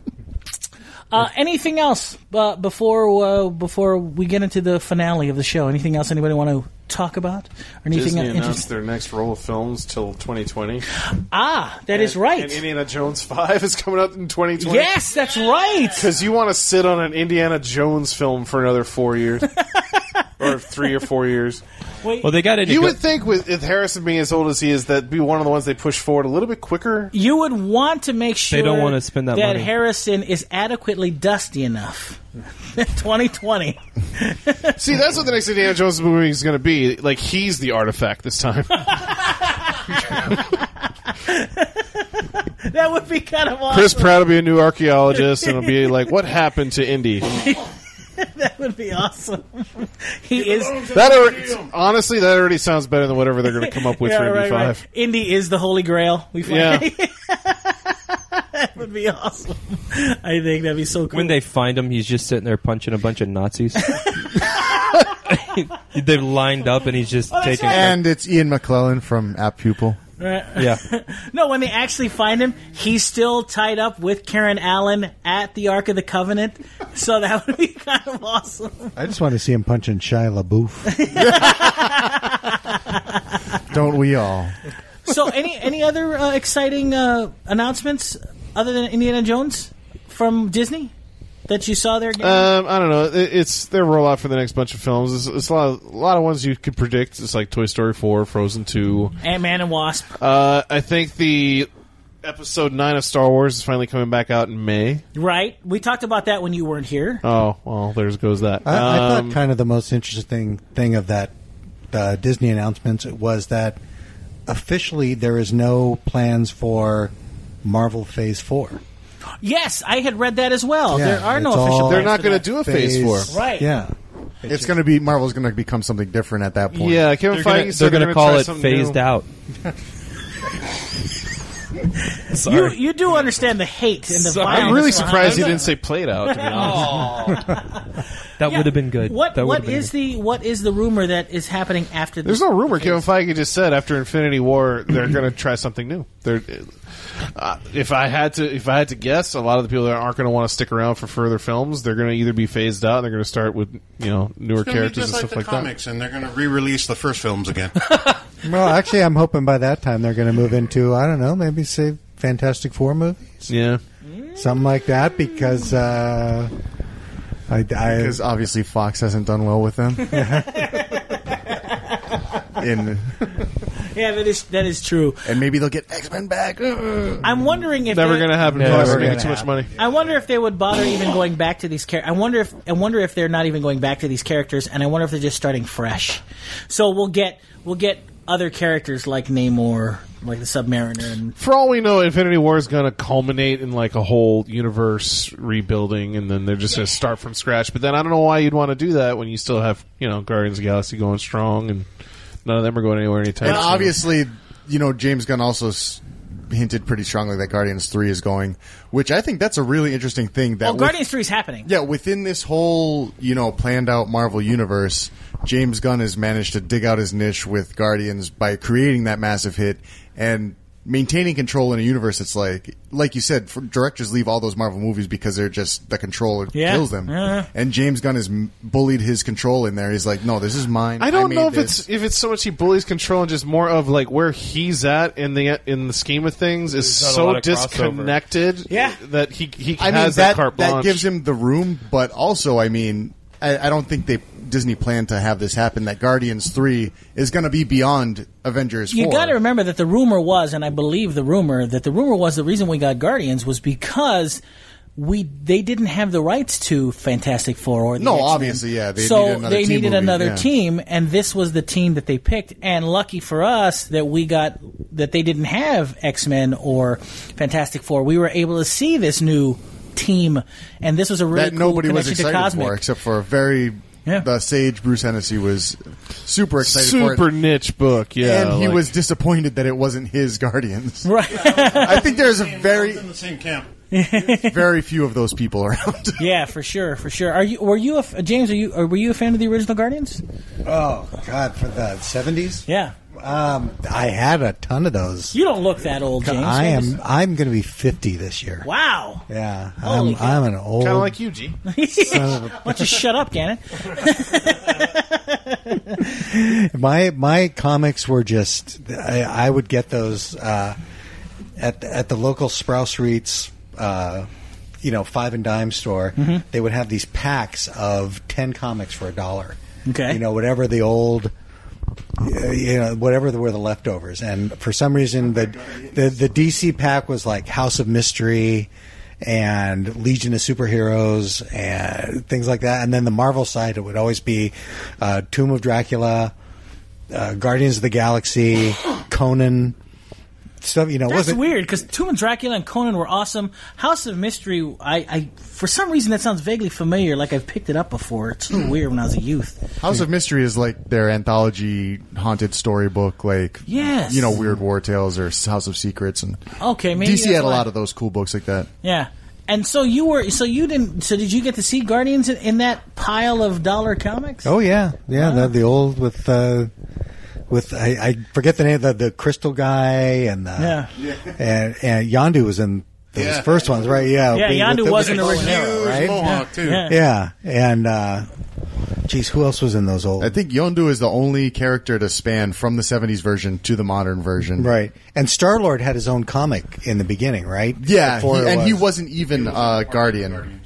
Speaker 1: Uh, anything else uh, before uh, before we get into the finale of the show? Anything else anybody want to talk about? Or anything
Speaker 4: Disney announced
Speaker 1: interesting?
Speaker 4: their next roll of films till 2020.
Speaker 1: Ah, that is
Speaker 4: And
Speaker 1: right.
Speaker 4: Indiana Jones 5 is coming out in 2020.
Speaker 1: Yes, that's right.
Speaker 4: Because you want to sit on an Indiana Jones film for another four years. or three or four years.
Speaker 1: Wait.
Speaker 3: Well, they got it.
Speaker 4: You would think, with, with Harrison being as old as he is, that'd be one of the ones they push forward a little bit quicker.
Speaker 1: you would want to make sure
Speaker 3: don't wanna spend that money.
Speaker 1: Harrison is adequately dusty enough. 2020.
Speaker 4: See, that's what the next Indiana Jones movie is going to be. Like, he's the artifact this time.
Speaker 1: That would be kind of awesome.
Speaker 4: Chris Pratt will be a new archaeologist, and it'll be like, what happened to Indy?
Speaker 1: That would be awesome. he is.
Speaker 4: That already, honestly, that already sounds better than whatever they're going to come up with
Speaker 1: Yeah,
Speaker 4: for Indy
Speaker 1: right,
Speaker 4: 5.
Speaker 1: right. Indy is the holy grail. We find
Speaker 4: Yeah.
Speaker 1: that would be awesome. I think that'd be so cool.
Speaker 3: when they find him, he's just sitting there punching a bunch of Nazis. They've lined up, and he's just
Speaker 1: that's
Speaker 3: taking.
Speaker 1: right.
Speaker 5: And it's Ian McClellan from App Pupil.
Speaker 1: Right.
Speaker 3: Yeah,
Speaker 1: No, when they actually find him, he's still tied up with Karen Allen at the Ark of the Covenant. So that would be kind of awesome.
Speaker 6: I just want to see him punching Shia LaBeouf.
Speaker 5: Don't we all?
Speaker 1: so any any other uh, exciting uh, announcements other than Indiana Jones from Disney that you saw there? Gary?
Speaker 6: Uh,
Speaker 4: Um, I don't know. It, it's their rollout for the next bunch of films. It's, it's a lot, of, a lot of ones you could predict. It's like Toy Story four, Frozen two.
Speaker 1: Ant Man and Wasp.
Speaker 4: Uh, I think the episode nine of Star Wars is finally coming back out in May.
Speaker 1: Right. We talked about that when you weren't here.
Speaker 4: Oh well, there goes that.
Speaker 6: I, I
Speaker 4: Um,
Speaker 6: thought kind of the most interesting thing of that uh, Disney announcements was that officially there is no plans for Marvel Phase Four.
Speaker 1: Yes, I had read that as well.
Speaker 6: Yeah,
Speaker 1: there are no
Speaker 6: it's
Speaker 1: official.
Speaker 6: all-
Speaker 4: they're
Speaker 1: plans
Speaker 4: not
Speaker 1: for
Speaker 4: going to
Speaker 1: that.
Speaker 4: do a Phase, four.
Speaker 1: Right.
Speaker 6: Yeah.
Speaker 5: It's going to be Marvel's going to become something different at that point.
Speaker 4: Yeah, Kevin
Speaker 3: they're
Speaker 4: Feige
Speaker 3: gonna,
Speaker 4: said
Speaker 3: they're
Speaker 4: they're
Speaker 3: gonna
Speaker 4: going
Speaker 3: call it phased out.
Speaker 1: You
Speaker 3: Sorry.
Speaker 1: you do understand the hate and the
Speaker 3: Sorry.
Speaker 1: violence.
Speaker 4: I'm really
Speaker 1: behind
Speaker 4: surprised
Speaker 1: it.
Speaker 4: he didn't say played out. To be honest,
Speaker 3: that
Speaker 1: Yeah.
Speaker 3: would have been good.
Speaker 1: What
Speaker 3: That would
Speaker 1: what
Speaker 3: have been
Speaker 1: is
Speaker 3: good.
Speaker 1: the what is the rumor that is happening after
Speaker 4: there's
Speaker 1: this?
Speaker 4: no rumor. Kevin Feige just said after Infinity War they're going to try something new. They're. Uh, if I had to, if I had to guess, a lot of the people that aren't going to want to stick around for further films, they're going to either be phased out, and they're going to start with you know newer
Speaker 2: It's gonna be
Speaker 4: characters
Speaker 2: just
Speaker 4: and
Speaker 2: like
Speaker 4: stuff
Speaker 2: the
Speaker 4: like that.
Speaker 2: comics, and they're going to re-release the first films again.
Speaker 6: Well, actually, I'm hoping by that time they're going to move into I don't know, maybe say Fantastic Four movies,
Speaker 4: Yeah,
Speaker 6: something like that, because uh, I, I
Speaker 5: Because obviously Fox hasn't done well with them. In,
Speaker 1: Yeah, that is that is true.
Speaker 5: and maybe they'll get X Men back. Ugh.
Speaker 1: I'm wondering if
Speaker 4: never
Speaker 1: they're-
Speaker 4: going to happen.
Speaker 3: Never
Speaker 4: Fox is
Speaker 3: gonna
Speaker 4: making too much money.
Speaker 1: I wonder if they would bother even going back to these characters. I wonder if I wonder if they're not even going back to these characters, and I wonder if they're just starting fresh. So we'll get we'll get other characters like Namor, like the Submariner, and
Speaker 4: For all we know, Infinity War is going to culminate in like a whole universe rebuilding, and then they're just going to start from scratch. But then I don't know why you'd want to do that when you still have you know Guardians of the Galaxy going strong, and none of them are going anywhere anytime.
Speaker 5: And
Speaker 4: soon.
Speaker 5: obviously, you know, James Gunn also s- hinted pretty strongly that Guardians 3 is going, which I think that's a really interesting thing. That
Speaker 1: well,
Speaker 5: with-
Speaker 1: Guardians Three is happening.
Speaker 5: yeah, within this whole, you know, planned out Marvel universe, James Gunn has managed to dig out his niche with Guardians by creating that massive hit and maintaining control in a universe it's like like you said for directors leave all those marvel movies because they're just the control
Speaker 1: Yeah.
Speaker 5: kills them
Speaker 1: Yeah.
Speaker 5: and james gunn has m- bullied his control in there he's like no this is mine
Speaker 4: I don't
Speaker 5: made
Speaker 4: know if
Speaker 5: this.
Speaker 4: it's if it's so much he bullies control and just more of like where he's at in the in the scheme of things is
Speaker 3: not a
Speaker 4: so
Speaker 3: lot of crossover.
Speaker 4: disconnected.
Speaker 1: Yeah.
Speaker 4: that he he
Speaker 5: I mean
Speaker 4: has
Speaker 5: that
Speaker 4: carte
Speaker 5: that
Speaker 4: blanche.
Speaker 5: gives him the room, but also I mean I, I don't think they Disney planned to have this happen. That Guardians three is going to be beyond Avengers.
Speaker 1: You
Speaker 5: 4.
Speaker 1: got to remember that the rumor was, and I believe the rumor that the rumor was the reason we got Guardians was because we they didn't have the rights to Fantastic Four or the
Speaker 5: No,
Speaker 1: X-Men.
Speaker 5: obviously, yeah, they
Speaker 1: so
Speaker 5: needed another
Speaker 1: they
Speaker 5: team
Speaker 1: needed
Speaker 5: movie,
Speaker 1: another
Speaker 5: yeah.
Speaker 1: team, and this was the team that they picked. And lucky for us that we got that they didn't have X Men or Fantastic Four. We were able to see this new team, and this was a really
Speaker 5: that
Speaker 1: cool
Speaker 5: nobody was
Speaker 1: connection to
Speaker 5: excited
Speaker 1: Cosmic.
Speaker 5: for, except for a very
Speaker 1: Yeah.
Speaker 5: the sage Bruce Hennessy was super excited for
Speaker 4: super
Speaker 5: it.
Speaker 4: niche book. Yeah,
Speaker 5: and he
Speaker 4: like-
Speaker 5: was disappointed that it wasn't his Guardians.
Speaker 1: right?
Speaker 5: I think there's a very,
Speaker 2: in the same camp.
Speaker 5: very few of those people around.
Speaker 1: yeah, for sure, for sure. Are you? Were you a f- James? Are you? Or were you a fan of the original Guardians?
Speaker 6: Oh God, for the seventies.
Speaker 1: Yeah.
Speaker 6: Um, I had a ton of those.
Speaker 1: You don't look that old, James.
Speaker 6: I
Speaker 1: Maybe-
Speaker 6: am. I'm going to be fifty this year.
Speaker 1: Wow.
Speaker 6: Yeah,
Speaker 1: Holy
Speaker 6: I'm.
Speaker 1: cow.
Speaker 6: I'm an old.
Speaker 4: kind of like you, G.
Speaker 1: Why don't you shut up, Gannon?
Speaker 6: my my comics were just. I, I would get those uh, at the- at the local Sprouse Reeds. Uh, you know, five and dime store,
Speaker 1: Mm-hmm.
Speaker 6: they would have these packs of ten comics for a dollar.
Speaker 1: Okay.
Speaker 6: you know whatever the old, uh, you know whatever the, were the leftovers, and for some reason the, the the DC pack was like House of Mystery and Legion of Superheroes and things like that, and then the Marvel side it would always be uh, Tomb of Dracula, uh, Guardians of the Galaxy, Conan. Stuff you know
Speaker 1: That's
Speaker 6: wasn't
Speaker 1: weird because Tomb and Dracula and Conan were awesome. House of Mystery, I, I for some reason that sounds vaguely familiar, like I've picked it up before. It's so weird when I was a youth.
Speaker 5: House of Mystery is like their anthology haunted storybook, like
Speaker 1: Yes. Oh,
Speaker 5: you know, Weird War Tales or House of Secrets, and
Speaker 1: Okay, maybe
Speaker 5: DC
Speaker 1: that's
Speaker 5: had a
Speaker 1: why.
Speaker 5: lot of those cool books like that.
Speaker 1: Yeah, and so you were, so you didn't, so did you get to see Guardians in, in that pile of dollar comics?
Speaker 6: Oh yeah, yeah. The, the old with uh, with I, I forget the name the the crystal guy and the,
Speaker 1: Yeah.
Speaker 6: and and Yandu was in those
Speaker 2: Yeah.
Speaker 6: first ones, right? Yeah,
Speaker 1: Yeah,
Speaker 6: we-
Speaker 1: Yondu
Speaker 6: with the-
Speaker 1: was in the
Speaker 6: with
Speaker 1: original,
Speaker 6: Bolero,
Speaker 2: Oh, Huge mohawk too.
Speaker 1: Yeah.
Speaker 6: Yeah, and uh, geez, who else was in those old?
Speaker 5: I think Yondu is the only character to span from the '70s version to the modern version,
Speaker 6: right, and Star Lord had his own comic in the beginning, right?
Speaker 5: Yeah,
Speaker 6: Before
Speaker 5: he-
Speaker 6: it
Speaker 5: and he
Speaker 6: was-
Speaker 5: wasn't even uh, Guardian.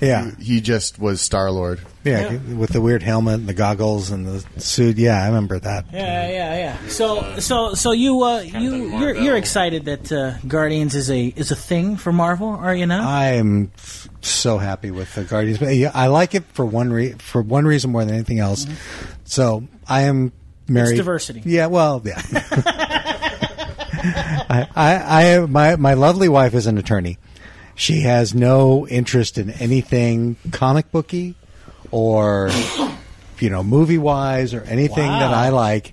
Speaker 6: yeah,
Speaker 5: He, he just was Star Lord.
Speaker 6: yeah, with the weird helmet and the goggles and the suit. Yeah, I remember that.
Speaker 1: Yeah, yeah, yeah. So, so, so you, uh, you, you're, you're excited that uh, Guardians is a is a thing for Marvel, are you
Speaker 6: Uh,
Speaker 1: not?
Speaker 6: I'm f- so happy with the Guardians. But yeah, I like it for one re- for one reason more than anything else. So I am married.
Speaker 1: Mm-hmm. diversity.
Speaker 6: Yeah. Well. Yeah. I, I, I, my, my lovely wife is an attorney. She has no interest in anything comic booky or, you know, movie wise or anything that
Speaker 1: Wow.
Speaker 6: I like,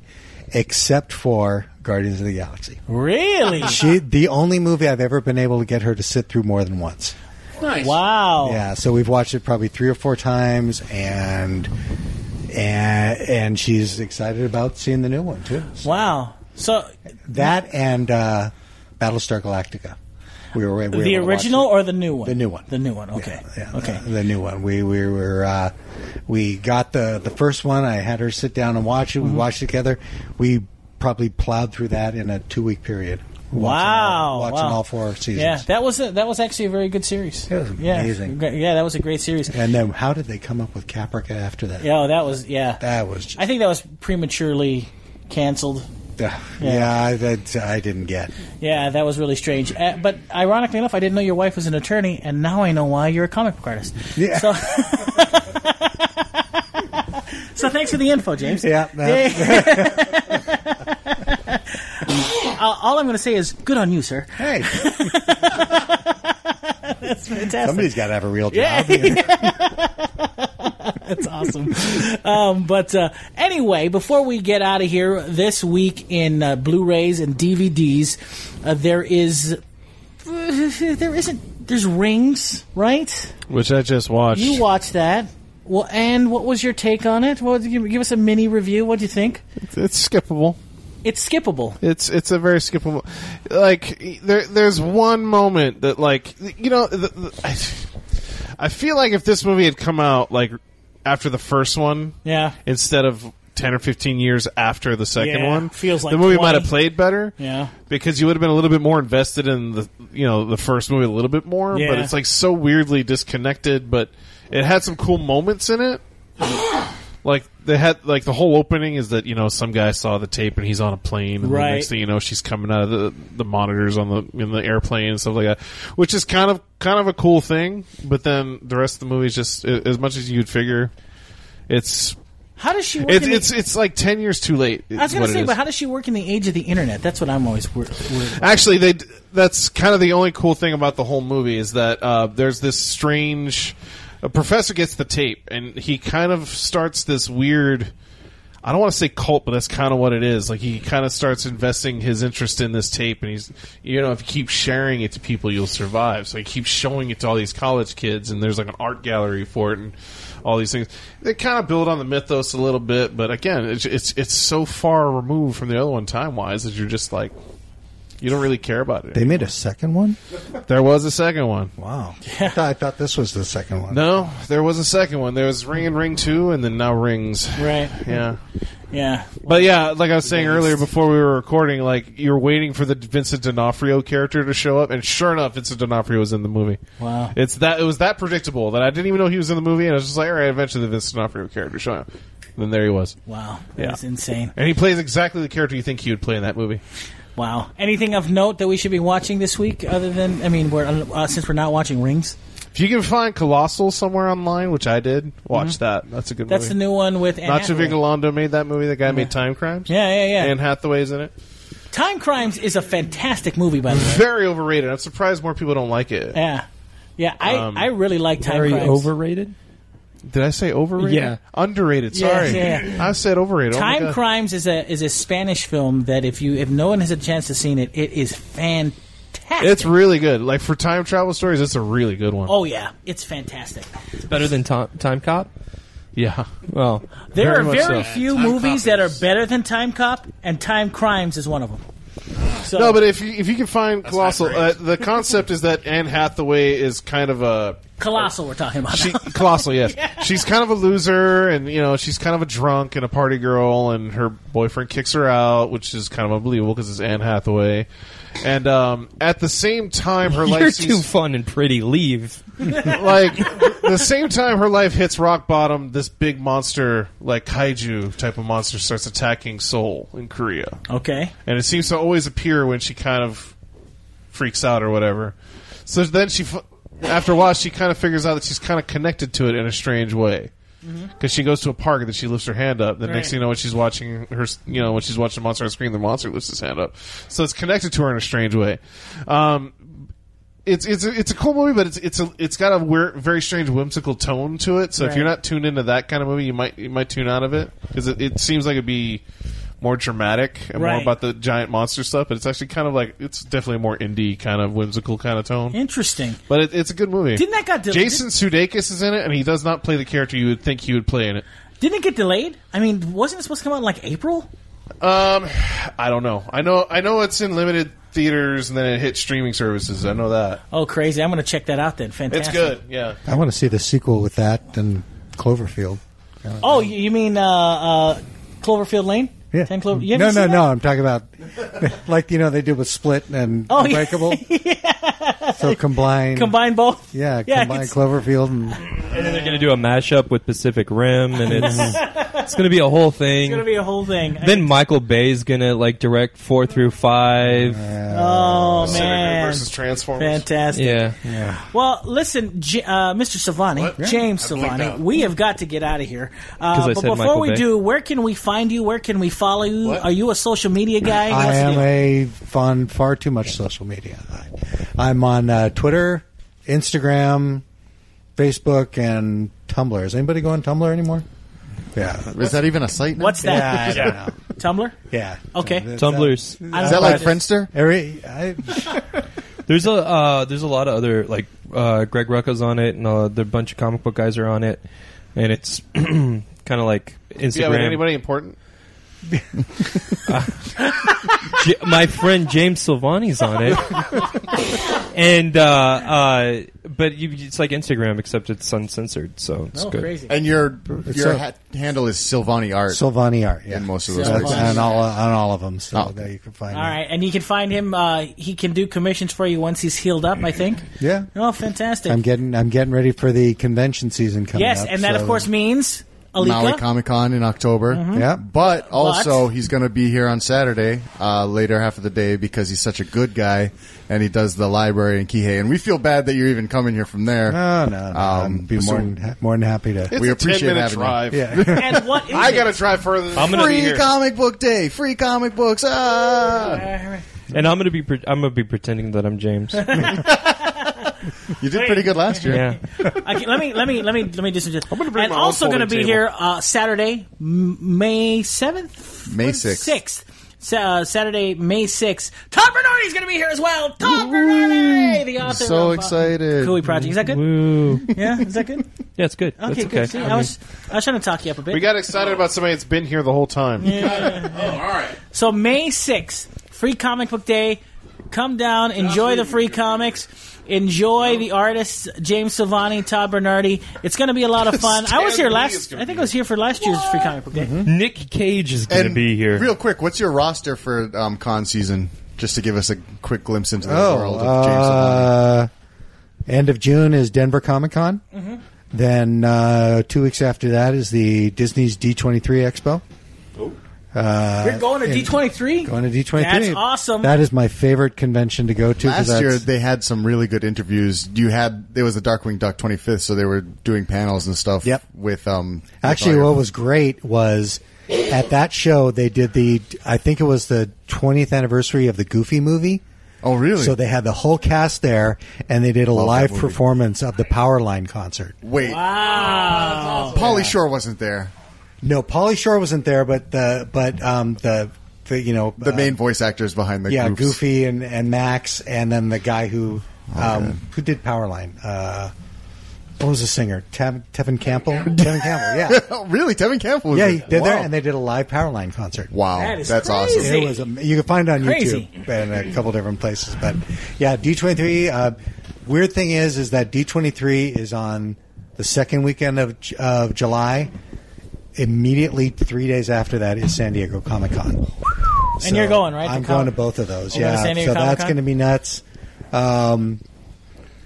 Speaker 6: except for Guardians of the Galaxy.
Speaker 1: really?
Speaker 6: She, the only movie I've ever been able to get her to sit through more than once.
Speaker 2: Nice.
Speaker 1: Wow.
Speaker 6: Yeah, so we've watched it probably three or four times, and and and she's excited about seeing the new one too.
Speaker 1: Wow. So
Speaker 6: That and uh, Battlestar Galactica. We were, we were
Speaker 1: the
Speaker 6: able to watch
Speaker 1: original
Speaker 6: it.
Speaker 1: or the new one?
Speaker 6: The new one.
Speaker 1: The new one. Okay.
Speaker 6: Yeah, uh,
Speaker 1: okay.
Speaker 6: The, the new one. We we were uh, we got the the first one. I had her sit down and watch it. We
Speaker 1: Mm-hmm.
Speaker 6: watched it together. We probably plowed through that in a two week period. Watching
Speaker 1: wow.
Speaker 6: all- watching
Speaker 1: wow.
Speaker 6: all four seasons.
Speaker 1: Yeah, that was a, that was actually a very good series.
Speaker 6: It was
Speaker 1: yeah.
Speaker 6: amazing.
Speaker 1: Gre- Yeah, that was a great series.
Speaker 6: and then how did they come up with Caprica after that?
Speaker 1: Yeah, that was yeah.
Speaker 6: That was just
Speaker 1: I think that was prematurely canceled.
Speaker 6: Yeah,
Speaker 1: Yeah.
Speaker 6: yeah I, that I didn't get.
Speaker 1: Yeah, that was really strange. Uh, but ironically enough, I didn't know your wife was an attorney, and now I know why you're a comic book artist.
Speaker 6: Yeah.
Speaker 1: So, so thanks for the info, James.
Speaker 6: Yeah, no.
Speaker 1: Uh, all I'm going to say is good on you, sir.
Speaker 6: Hey,
Speaker 1: Fantastic.
Speaker 6: somebody's got to have a real job.
Speaker 1: Yeah. That's awesome. um, but uh, anyway, before we get out of here, this week in uh, Blu-rays and DVDs, uh, there is uh, there isn't there's rings, right?
Speaker 4: Which I just watched.
Speaker 1: You watched that. Well, and what was your take on it? What, give, give us a mini review. What do you think?
Speaker 4: it's skippable.
Speaker 1: It's skippable.
Speaker 4: It's it's a very skippable. Like there there's one moment that like you know the, the, I, I feel like if this movie had come out like after the first one
Speaker 1: Yeah.
Speaker 4: instead of 10 or 15 years after the second
Speaker 1: Yeah,
Speaker 4: one
Speaker 1: feels like
Speaker 4: the movie
Speaker 1: 20.
Speaker 4: might have played better
Speaker 1: Yeah.
Speaker 4: because you would have been a little bit more invested in the you know the first movie a little bit more
Speaker 1: Yeah.
Speaker 4: but it's like so weirdly disconnected but it had some cool moments in it like they had like the whole opening is that you know some guy saw the tape and he's on a plane and
Speaker 1: Right.
Speaker 4: the next thing you know she's coming out of the, the monitors on the in the airplane and stuff like that which is kind of kind of a cool thing but then the rest of the movie is just a- as much as you'd figure it's
Speaker 1: How does she work?
Speaker 4: it's
Speaker 1: in the-
Speaker 4: it's it's like ten years too late.
Speaker 1: I was
Speaker 4: is
Speaker 1: going
Speaker 4: what
Speaker 1: to
Speaker 4: it
Speaker 1: say,
Speaker 4: is.
Speaker 1: but how does she work in the age of the internet? That's what I'm always wor- worried about.
Speaker 4: Actually, they d- that's kind of the only cool thing about the whole movie is that uh, there's this strange. A professor gets the tape, and he kind of starts this weird. I don't want to say cult, but that's kind of what it is. Like he kind of starts investing his interest in this tape, and he's, you know, if you keep sharing it to people, you'll survive. So he keeps showing it to all these college kids, and there's like an art gallery for it, and all these things. They kind of build on the mythos a little bit, but again, it's it's, it's so far removed from the other one time wise that you're just like, you don't really care about it.
Speaker 6: They made a second one.
Speaker 4: there was a second one.
Speaker 6: Wow. I, thought, I thought this was the second one.
Speaker 4: No, there was a second one. There was Ring and Ring Two, and then now Rings.
Speaker 1: Right.
Speaker 4: Yeah.
Speaker 1: Yeah.
Speaker 4: But yeah, like I was saying earlier before we were recording, like you're waiting for the Vincent D'Onofrio character to show up, and sure enough, Vincent D'Onofrio was in the movie.
Speaker 1: Wow.
Speaker 4: It's that it was that predictable that I didn't even know he was in the movie, and I was just like, all right, eventually the Vincent D'Onofrio character showed up. And then there he was,
Speaker 1: Wow.
Speaker 4: Yeah.
Speaker 1: That's insane.
Speaker 4: and he plays exactly the character you think he would play in that movie.
Speaker 1: Wow. Anything of note that we should be watching this week other than, I mean, we're, uh, since we're not watching Rings?
Speaker 4: If you can find Colossal somewhere online, which I did, watch that. That's a good
Speaker 1: Mm-hmm. That's the
Speaker 4: movie.
Speaker 1: new one with Anne
Speaker 4: Nacho
Speaker 1: Hathaway.
Speaker 4: Vigalondo made that movie. The guy made Time Crimes.
Speaker 1: Yeah, yeah, yeah.
Speaker 4: Anne Hathaway's in it.
Speaker 1: Time Crimes is a fantastic movie, by the way.
Speaker 4: Very overrated. I'm surprised more people don't like it.
Speaker 1: Yeah. Yeah, I,
Speaker 4: Um,
Speaker 1: I really like Time
Speaker 3: Very
Speaker 1: Crimes.
Speaker 3: overrated.
Speaker 4: Did I say overrated?
Speaker 3: Yeah.
Speaker 4: Underrated,
Speaker 1: Yeah,
Speaker 4: sorry.
Speaker 1: yeah, yeah.
Speaker 4: I said overrated. Oh my
Speaker 1: Time
Speaker 4: God.
Speaker 1: Crimes is a is a Spanish film that if you if no one has a chance to seen it, it is fantastic.
Speaker 4: It's really good. Like for time travel stories, it's a really good one.
Speaker 1: oh yeah, it's fantastic.
Speaker 3: It's better than Time, time Cop.
Speaker 4: Yeah.
Speaker 3: Well,
Speaker 1: There
Speaker 4: Very
Speaker 1: are
Speaker 4: much
Speaker 1: very
Speaker 4: so.
Speaker 1: few
Speaker 2: Time Cop
Speaker 1: movies that are
Speaker 2: is-
Speaker 1: better than Time Cop, and Time Crimes is one of them. So,
Speaker 4: No, but if you if you can find
Speaker 2: not
Speaker 4: Colossal,
Speaker 2: great.
Speaker 4: uh, the concept is that Anne Hathaway is kind of a
Speaker 1: Colossal, we're talking about.
Speaker 4: she, Colossal, yes. She's kind of a loser, and you know she's kind of a drunk and a party girl, and her boyfriend kicks her out, which is kind of unbelievable because it's Anne Hathaway. And um, at the same time, her life
Speaker 3: you're
Speaker 4: sees-
Speaker 3: too fun and pretty. Leave.
Speaker 4: like the same time her life hits rock bottom, this big monster, like kaiju type of monster, starts attacking Seoul in Korea,
Speaker 1: okay,
Speaker 4: and it seems to always appear when she kind of freaks out or whatever. So then she, f- after a while, she kind of figures out that she's kind of connected to it in a strange way. Because she goes to a park and then she lifts her hand up. The
Speaker 1: Mm-hmm. Right.
Speaker 4: next thing you know, when she's watching her, s- you know, when she's watching the monster on screen, the monster lifts his hand up. So it's connected to her in a strange way. Um, it's it's a, it's a cool movie, but it's it's a, it's got a weir- very strange whimsical tone to it. So if
Speaker 1: Right.
Speaker 4: you're not tuned into that kind of movie, you might you might tune out of it because it, it seems like it'd be more dramatic and
Speaker 1: Right.
Speaker 4: more about the giant monster stuff. But it's actually kind of like it's definitely a more indie kind of whimsical kind of tone.
Speaker 1: interesting.
Speaker 4: But it, it's a good movie.
Speaker 1: Didn't that got delayed?
Speaker 4: Jason Sudeikis is in it, and he does not play the character you would think he would play in it.
Speaker 1: Didn't it get delayed? I mean, wasn't it supposed to come out in like April?
Speaker 4: Um, I don't know. I know I know it's in limited theaters, and then it hit streaming services. I know that
Speaker 1: Oh, crazy! I'm going to check that out then. Fantastic.
Speaker 4: it's good. Yeah.
Speaker 6: I want to see the sequel with that and Cloverfield.
Speaker 1: Oh, you you mean uh, uh, Cloverfield Lane?
Speaker 6: Yeah.
Speaker 1: Ten Clover. You
Speaker 6: no,
Speaker 1: haven't
Speaker 6: no,
Speaker 1: seen
Speaker 6: no. I'm talking about like you know they did with Split and
Speaker 1: Oh, yeah.
Speaker 6: Unbreakable. So combine,
Speaker 1: that? Combine both.
Speaker 6: yeah,
Speaker 1: yeah. I
Speaker 6: combine
Speaker 1: could-
Speaker 6: Cloverfield and
Speaker 3: And then they're gonna do a mashup with Pacific Rim, and it's it's gonna be a whole thing.
Speaker 1: It's gonna be a whole thing.
Speaker 3: then Michael Bay's gonna like direct four through five.
Speaker 1: oh
Speaker 4: Senator
Speaker 1: man,
Speaker 4: versus Transformers.
Speaker 1: fantastic.
Speaker 3: yeah.
Speaker 1: Well, listen, J- uh, Mr. Savani, James
Speaker 2: I blinked
Speaker 1: Savani,
Speaker 2: out.
Speaker 1: we have got to get out of here. Uh,
Speaker 3: 'Cause I
Speaker 1: but
Speaker 3: said
Speaker 1: before
Speaker 3: Michael
Speaker 1: we
Speaker 3: Bay.
Speaker 1: do, where can we find you? Where can we follow you?
Speaker 2: What?
Speaker 1: Are you a social media guy?
Speaker 6: I
Speaker 1: What's the
Speaker 6: am
Speaker 1: deal?
Speaker 6: a fun far too much social media. I, I'm on uh, Twitter, Instagram, Facebook, and Tumblr. Is anybody going Tumblr anymore? Yeah,
Speaker 5: Is that even a site? Now?
Speaker 1: What's
Speaker 6: yeah,
Speaker 1: that?
Speaker 6: I don't know.
Speaker 1: Tumblr?
Speaker 6: Yeah,
Speaker 1: Okay.
Speaker 6: That-
Speaker 3: Tumblers.
Speaker 1: I don't
Speaker 5: Is that like
Speaker 1: know.
Speaker 5: Friendster?
Speaker 6: Every, I,
Speaker 3: There's a uh, there's a lot of other like uh, Greg Rucka's on it, and uh, there a bunch of comic book guys are on it, and it's kind of like Instagram.
Speaker 4: Yeah, but anybody important?
Speaker 3: J- my friend James Silvani's on it, and uh, uh, but you, it's like Instagram except it's uncensored, so it's
Speaker 1: Oh,
Speaker 3: good.
Speaker 1: crazy.
Speaker 5: And your your
Speaker 6: a-
Speaker 5: ha- handle is Silvani Art
Speaker 6: Silvani Art, yeah.
Speaker 5: in most of those
Speaker 1: Silvani.
Speaker 5: places.
Speaker 6: on all on all of them. So
Speaker 5: Oh.
Speaker 6: there you can find.
Speaker 1: All
Speaker 6: it.
Speaker 1: right, and you can find him. Uh, he can do commissions for you once he's healed up, I think.
Speaker 6: Yeah.
Speaker 1: Oh, fantastic.
Speaker 6: I'm getting I'm getting ready for the convention season coming
Speaker 1: yes,
Speaker 6: up.
Speaker 1: and that,
Speaker 6: so-
Speaker 1: of course, means
Speaker 5: Maui
Speaker 1: Alika.
Speaker 5: Comic Con in October.
Speaker 1: Mm-hmm.
Speaker 6: Yeah.
Speaker 5: But also, he's going to be here on Saturday, uh, later half of the day, because he's such a good guy and he does the library in Kihei. And we feel bad that you're even coming here from there.
Speaker 6: No, no, no.
Speaker 5: Um,
Speaker 6: I'd be more
Speaker 5: so-
Speaker 6: than, ha- more than happy to.
Speaker 4: It's
Speaker 5: We
Speaker 4: a
Speaker 5: appreciate
Speaker 4: 10 minute
Speaker 5: having you.
Speaker 4: drive.
Speaker 6: Yeah.
Speaker 1: and what is
Speaker 4: I
Speaker 1: it?
Speaker 4: got to drive further than
Speaker 3: I'm gonna be
Speaker 5: Free
Speaker 3: here,
Speaker 5: comic book day! Free comic books! Ah!
Speaker 1: Uh,
Speaker 3: and I'm gonna be pre- I'm gonna be pretending that I'm James.
Speaker 5: You did pretty good last year.
Speaker 3: yeah,
Speaker 1: I can- let me let me let me let me do some. Just, I'm
Speaker 4: gonna bring
Speaker 1: and
Speaker 4: my own
Speaker 1: also going to be
Speaker 4: folding table.
Speaker 1: here uh, Saturday, M- May seventh,
Speaker 5: May 6th.
Speaker 1: sixth. Sa- uh, Saturday, May 6th. Tom Bernardi's going to be here as well. Tom Bernardi, the author
Speaker 5: So
Speaker 1: of, uh,
Speaker 5: excited.
Speaker 1: Cooey Project. Is that good?
Speaker 3: woo. Yeah,
Speaker 1: Yeah, is that good?
Speaker 3: it's good.
Speaker 1: Okay,
Speaker 3: That's okay.
Speaker 1: good. See, I,
Speaker 3: mean,
Speaker 1: was I was trying to talk you up a bit.
Speaker 4: We got excited about somebody that's been here the whole time.
Speaker 2: Oh,
Speaker 1: So May 6th, free comic book day. Come down, enjoy the free comics, enjoy the artists James Silvani, Todd Bernardi. It's going to be a lot of fun. I was
Speaker 4: Stan
Speaker 1: here
Speaker 4: Lee
Speaker 1: last.
Speaker 4: is
Speaker 1: I
Speaker 4: gonna
Speaker 1: think
Speaker 4: be
Speaker 1: I was here for last year's free comic book day.
Speaker 6: Mm-hmm.
Speaker 3: Nick Cage is gonna
Speaker 5: And
Speaker 3: be here.
Speaker 5: Real quick, what's your roster for um, con season? Just to give us a quick glimpse into the
Speaker 6: oh,
Speaker 5: world of James Silvani.
Speaker 6: uh, end of June is Denver Comic Con.
Speaker 1: Mm-hmm.
Speaker 6: Then uh, two weeks after that is the Disney's D23 Expo. Uh,
Speaker 1: You're going to D twenty three.
Speaker 6: Going to D23.
Speaker 1: That's awesome.
Speaker 6: That is my favorite convention to go to. 'cause
Speaker 5: Last year
Speaker 6: that's-
Speaker 5: they had some really good interviews. You had there was the Darkwing Duck 25th, so they were doing panels and stuff.
Speaker 6: Yep.
Speaker 5: With um, with
Speaker 6: Actually,
Speaker 5: all
Speaker 6: what
Speaker 5: your-
Speaker 6: was great was at that show they did the I think it was the 20th anniversary of the Goofy movie.
Speaker 5: oh really?
Speaker 6: So they had the whole cast there, and they did a
Speaker 5: Love that
Speaker 6: live
Speaker 5: movie.
Speaker 6: performance of the Powerline concert.
Speaker 5: wait,
Speaker 1: Wow.
Speaker 5: Polly Shore wasn't there.
Speaker 6: No, Polly Shore wasn't there, but the but um, the, the you know
Speaker 5: The
Speaker 6: uh,
Speaker 5: main voice actors behind the
Speaker 6: yeah
Speaker 5: groups.
Speaker 6: Goofy and, and Max, and then the guy who um, who did Powerline. Uh, what was the singer? Tev- Tevin Campbell. Tevin Campbell. Yeah,
Speaker 5: Oh, really? Tevin Campbell was
Speaker 6: yeah.
Speaker 5: there.
Speaker 6: He did
Speaker 5: wow.
Speaker 6: there, and they did a live Powerline concert.
Speaker 5: wow,
Speaker 1: That is
Speaker 5: that's
Speaker 1: crazy.
Speaker 5: awesome.
Speaker 1: Crazy.
Speaker 6: It was. am- You can find it on
Speaker 1: Crazy.
Speaker 6: YouTube and a couple different places. But yeah, D twenty three. Weird thing is, is that D twenty three is on the second weekend of J- of July. Immediately, three days after that is San Diego Comic Con.
Speaker 1: And you're going, right, to
Speaker 6: I'm
Speaker 1: Comic-
Speaker 6: going to both of those.
Speaker 1: We're going to
Speaker 6: yeah,
Speaker 1: San Diego
Speaker 6: so that's
Speaker 1: Comic-Con?
Speaker 6: going to be nuts. Um,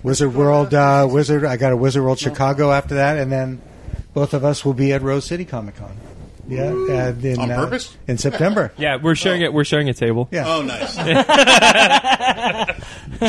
Speaker 6: Wizard World, uh, Wizard. I got a Wizard World Chicago after that, and then both of us will be at Rose City Comic Con. Yeah, and in,
Speaker 2: On
Speaker 6: uh,
Speaker 2: purpose?
Speaker 6: in September.
Speaker 3: yeah, we're sharing it. We're sharing a table.
Speaker 6: Yeah.
Speaker 2: Oh, nice.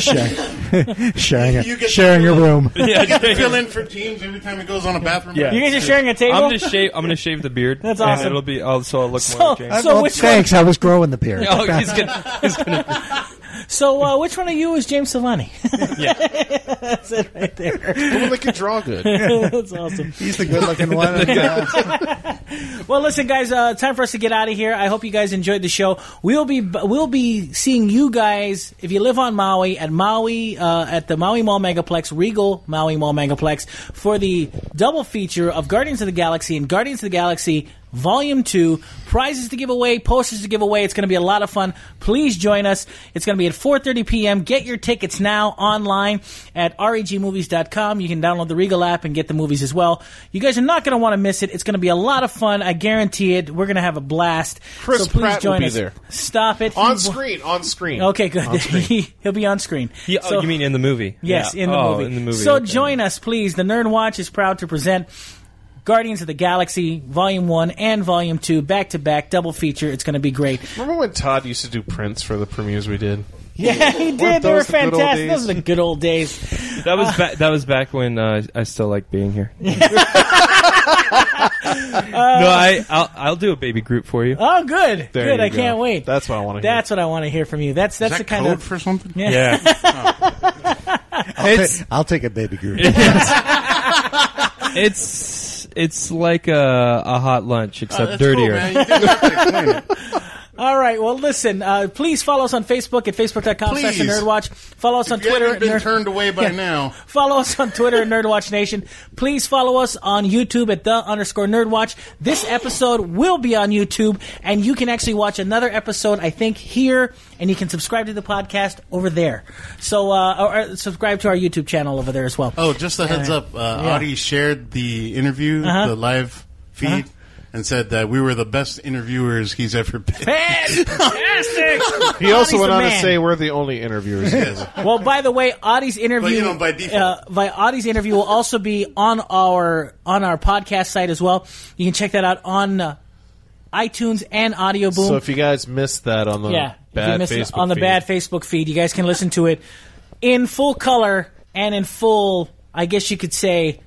Speaker 6: sharing, sharing, a,
Speaker 2: You get-
Speaker 6: sharing a room.
Speaker 3: Yeah,
Speaker 2: Fill in for teams every time it goes on a bathroom.
Speaker 3: Yeah.
Speaker 1: You guys are sharing a table.
Speaker 3: I'm gonna shave. I'm gonna shave the beard.
Speaker 1: That's
Speaker 3: and
Speaker 1: awesome.
Speaker 3: it'll be. i so I'll look more
Speaker 1: So-
Speaker 3: like James.
Speaker 1: I-
Speaker 6: Uh,
Speaker 1: So
Speaker 6: well,
Speaker 1: which
Speaker 6: thanks. I was growing the beard.
Speaker 3: oh, he's gonna. He's gonna.
Speaker 1: so uh, which one of you is James Silvani?
Speaker 3: Yeah.
Speaker 1: That's it right there.
Speaker 4: The woman that can draw good.
Speaker 1: That's awesome.
Speaker 6: He's the good-looking one. And, uh,
Speaker 1: Well, listen, guys, uh, time for us to get out of here. I hope you guys enjoyed the show. We'll be we'll be seeing you guys if you live on Maui at Maui uh, at the Maui Mall Megaplex, Regal Maui Mall Megaplex for the double feature of Guardians of the Galaxy and Guardians of the Galaxy Volume 2. Prizes to give away, posters to give away. It's going to be a lot of fun. Please join us. It's going to be at 4:30 p.m. Get your tickets now online at E regmovies.com. You can download the Regal app and get the movies as well. You guys are not going to want to miss it. It's going to be a lot of fun. I guarantee it. We're going to have a blast.
Speaker 4: Chris
Speaker 1: so please
Speaker 4: Pratt will
Speaker 1: join
Speaker 4: be
Speaker 1: us.
Speaker 4: there.
Speaker 1: Stop it.
Speaker 4: on
Speaker 1: He-
Speaker 4: screen, on uh, screen.
Speaker 1: Okay, good. He'll be on screen.
Speaker 3: He- oh,
Speaker 1: So-
Speaker 3: you mean in the movie?
Speaker 1: Yes,
Speaker 3: Yeah.
Speaker 1: in, the
Speaker 3: Oh,
Speaker 1: movie.
Speaker 3: in the movie.
Speaker 1: So
Speaker 3: okay.
Speaker 1: join us, please. The Nerd Watch is proud to present Guardians of the Galaxy Volume 1 and Volume 2 back to back, double feature. It's going to be great.
Speaker 4: Remember when Todd used to do prints for the premieres we did?
Speaker 1: Yeah, he did. They
Speaker 4: those
Speaker 1: were
Speaker 4: the good old
Speaker 1: fantastic.
Speaker 4: days?
Speaker 1: Those are the good old days.
Speaker 3: That was ba- that was back when uh, I still like being here. no, I I'll, I'll do a baby group for you.
Speaker 1: Uh, Oh, good.
Speaker 4: There
Speaker 1: good.
Speaker 4: you
Speaker 1: I
Speaker 4: go.
Speaker 1: can't wait.
Speaker 4: That's what I want to hear.
Speaker 1: That's what I want to hear from you. That's
Speaker 2: Is
Speaker 1: that's
Speaker 2: that
Speaker 1: the kind
Speaker 2: code
Speaker 1: of
Speaker 2: for something?
Speaker 3: Yeah,
Speaker 6: I'll, ta-
Speaker 3: It's-
Speaker 6: I'll take a baby group.
Speaker 3: it's it's like a, a hot lunch except
Speaker 2: That's
Speaker 3: dirtier. Oh,
Speaker 2: Cool, man. You didn't have to explain it.
Speaker 1: All right. Well, listen. Uh, please follow us on Facebook at facebook.com slash
Speaker 2: Please.
Speaker 1: nerdwatch. Follow us on
Speaker 2: You
Speaker 1: Twitter.
Speaker 2: haven't been
Speaker 1: Nerd-
Speaker 2: turned away by
Speaker 1: Yeah.
Speaker 2: now.
Speaker 1: Follow us on Twitter at Nerdwatch Nation. Please follow us on YouTube at the underscore Nerdwatch. This episode will be on YouTube, and you can actually watch another episode, I think, here, and you can subscribe to the podcast over there. So, uh, or, or subscribe to our YouTube channel over there as well.
Speaker 2: Oh, just a heads up. Uh,
Speaker 1: yeah.
Speaker 2: Audie shared the interview, the live feed, and said that we were the best interviewers he's ever been.
Speaker 1: Fantastic!
Speaker 4: He also
Speaker 1: Audie's the
Speaker 4: went on to
Speaker 1: man.
Speaker 4: say we're the only interviewers.
Speaker 2: Yes.
Speaker 1: Well, by the way, Audie's interview,
Speaker 2: But, you know, by default.
Speaker 1: uh, by Audie's interview will also be on our on our podcast site as well. You can check that out on uh, iTunes and Audio Boom.
Speaker 4: so if you guys missed that on the
Speaker 1: yeah, if you
Speaker 4: bad
Speaker 1: missed it
Speaker 4: Facebook
Speaker 1: on the
Speaker 4: feed,
Speaker 1: bad Facebook feed, you guys can listen to it in full color and in full, I guess you could say,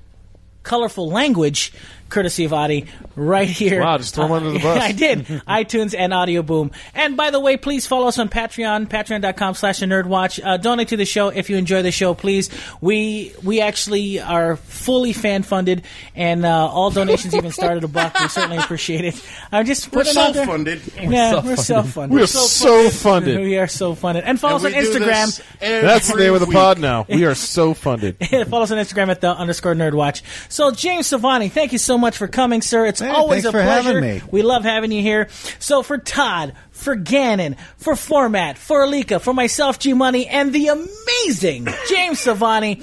Speaker 1: colorful language, courtesy of Audie, right here.
Speaker 4: Wow, just throw him under the bus.
Speaker 1: I did. iTunes and Audio Boom. And by the way, please follow us on Patreon, patreon.com slash the nerdwatch. Uh, donate to the show if you enjoy the show, please. We we actually are fully fan funded, and uh, all donations even started a buck. We certainly appreciate it. I'm just
Speaker 2: We're
Speaker 1: putting it out there.
Speaker 2: self-funded.
Speaker 1: Yeah, we're self funded.
Speaker 4: we are so funded.
Speaker 1: We are so funded. And follow
Speaker 2: And
Speaker 1: us
Speaker 2: we
Speaker 1: on
Speaker 2: do
Speaker 1: Instagram.
Speaker 2: this every
Speaker 4: That's the name of the
Speaker 2: week.
Speaker 4: pod now. We are so funded.
Speaker 1: follow us on Instagram at the underscore nerd watch. So James Savani, thank you so much for coming, sir. It's
Speaker 6: Hey,
Speaker 1: always
Speaker 6: thanks
Speaker 1: a
Speaker 6: for
Speaker 1: pleasure.
Speaker 6: having me.
Speaker 1: We love having you here. So for Todd, for Gannon, for Format, for Alika, for myself, G Money, and the amazing James Savani.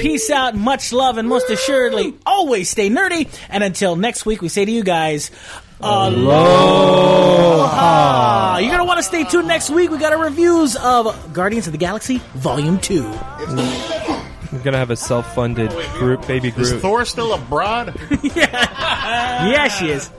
Speaker 1: Peace out, much love, and most assuredly, always stay nerdy. And until next week, we say to you guys,
Speaker 3: Oh.
Speaker 1: Oh. Aloha. You're going to want to stay tuned next week. We got our reviews of Guardians of the Galaxy Volume 2.
Speaker 3: I'm gonna have a Oh, self-funded group, baby
Speaker 2: Is
Speaker 3: group.
Speaker 2: Thor still abroad?
Speaker 1: Yeah, she is.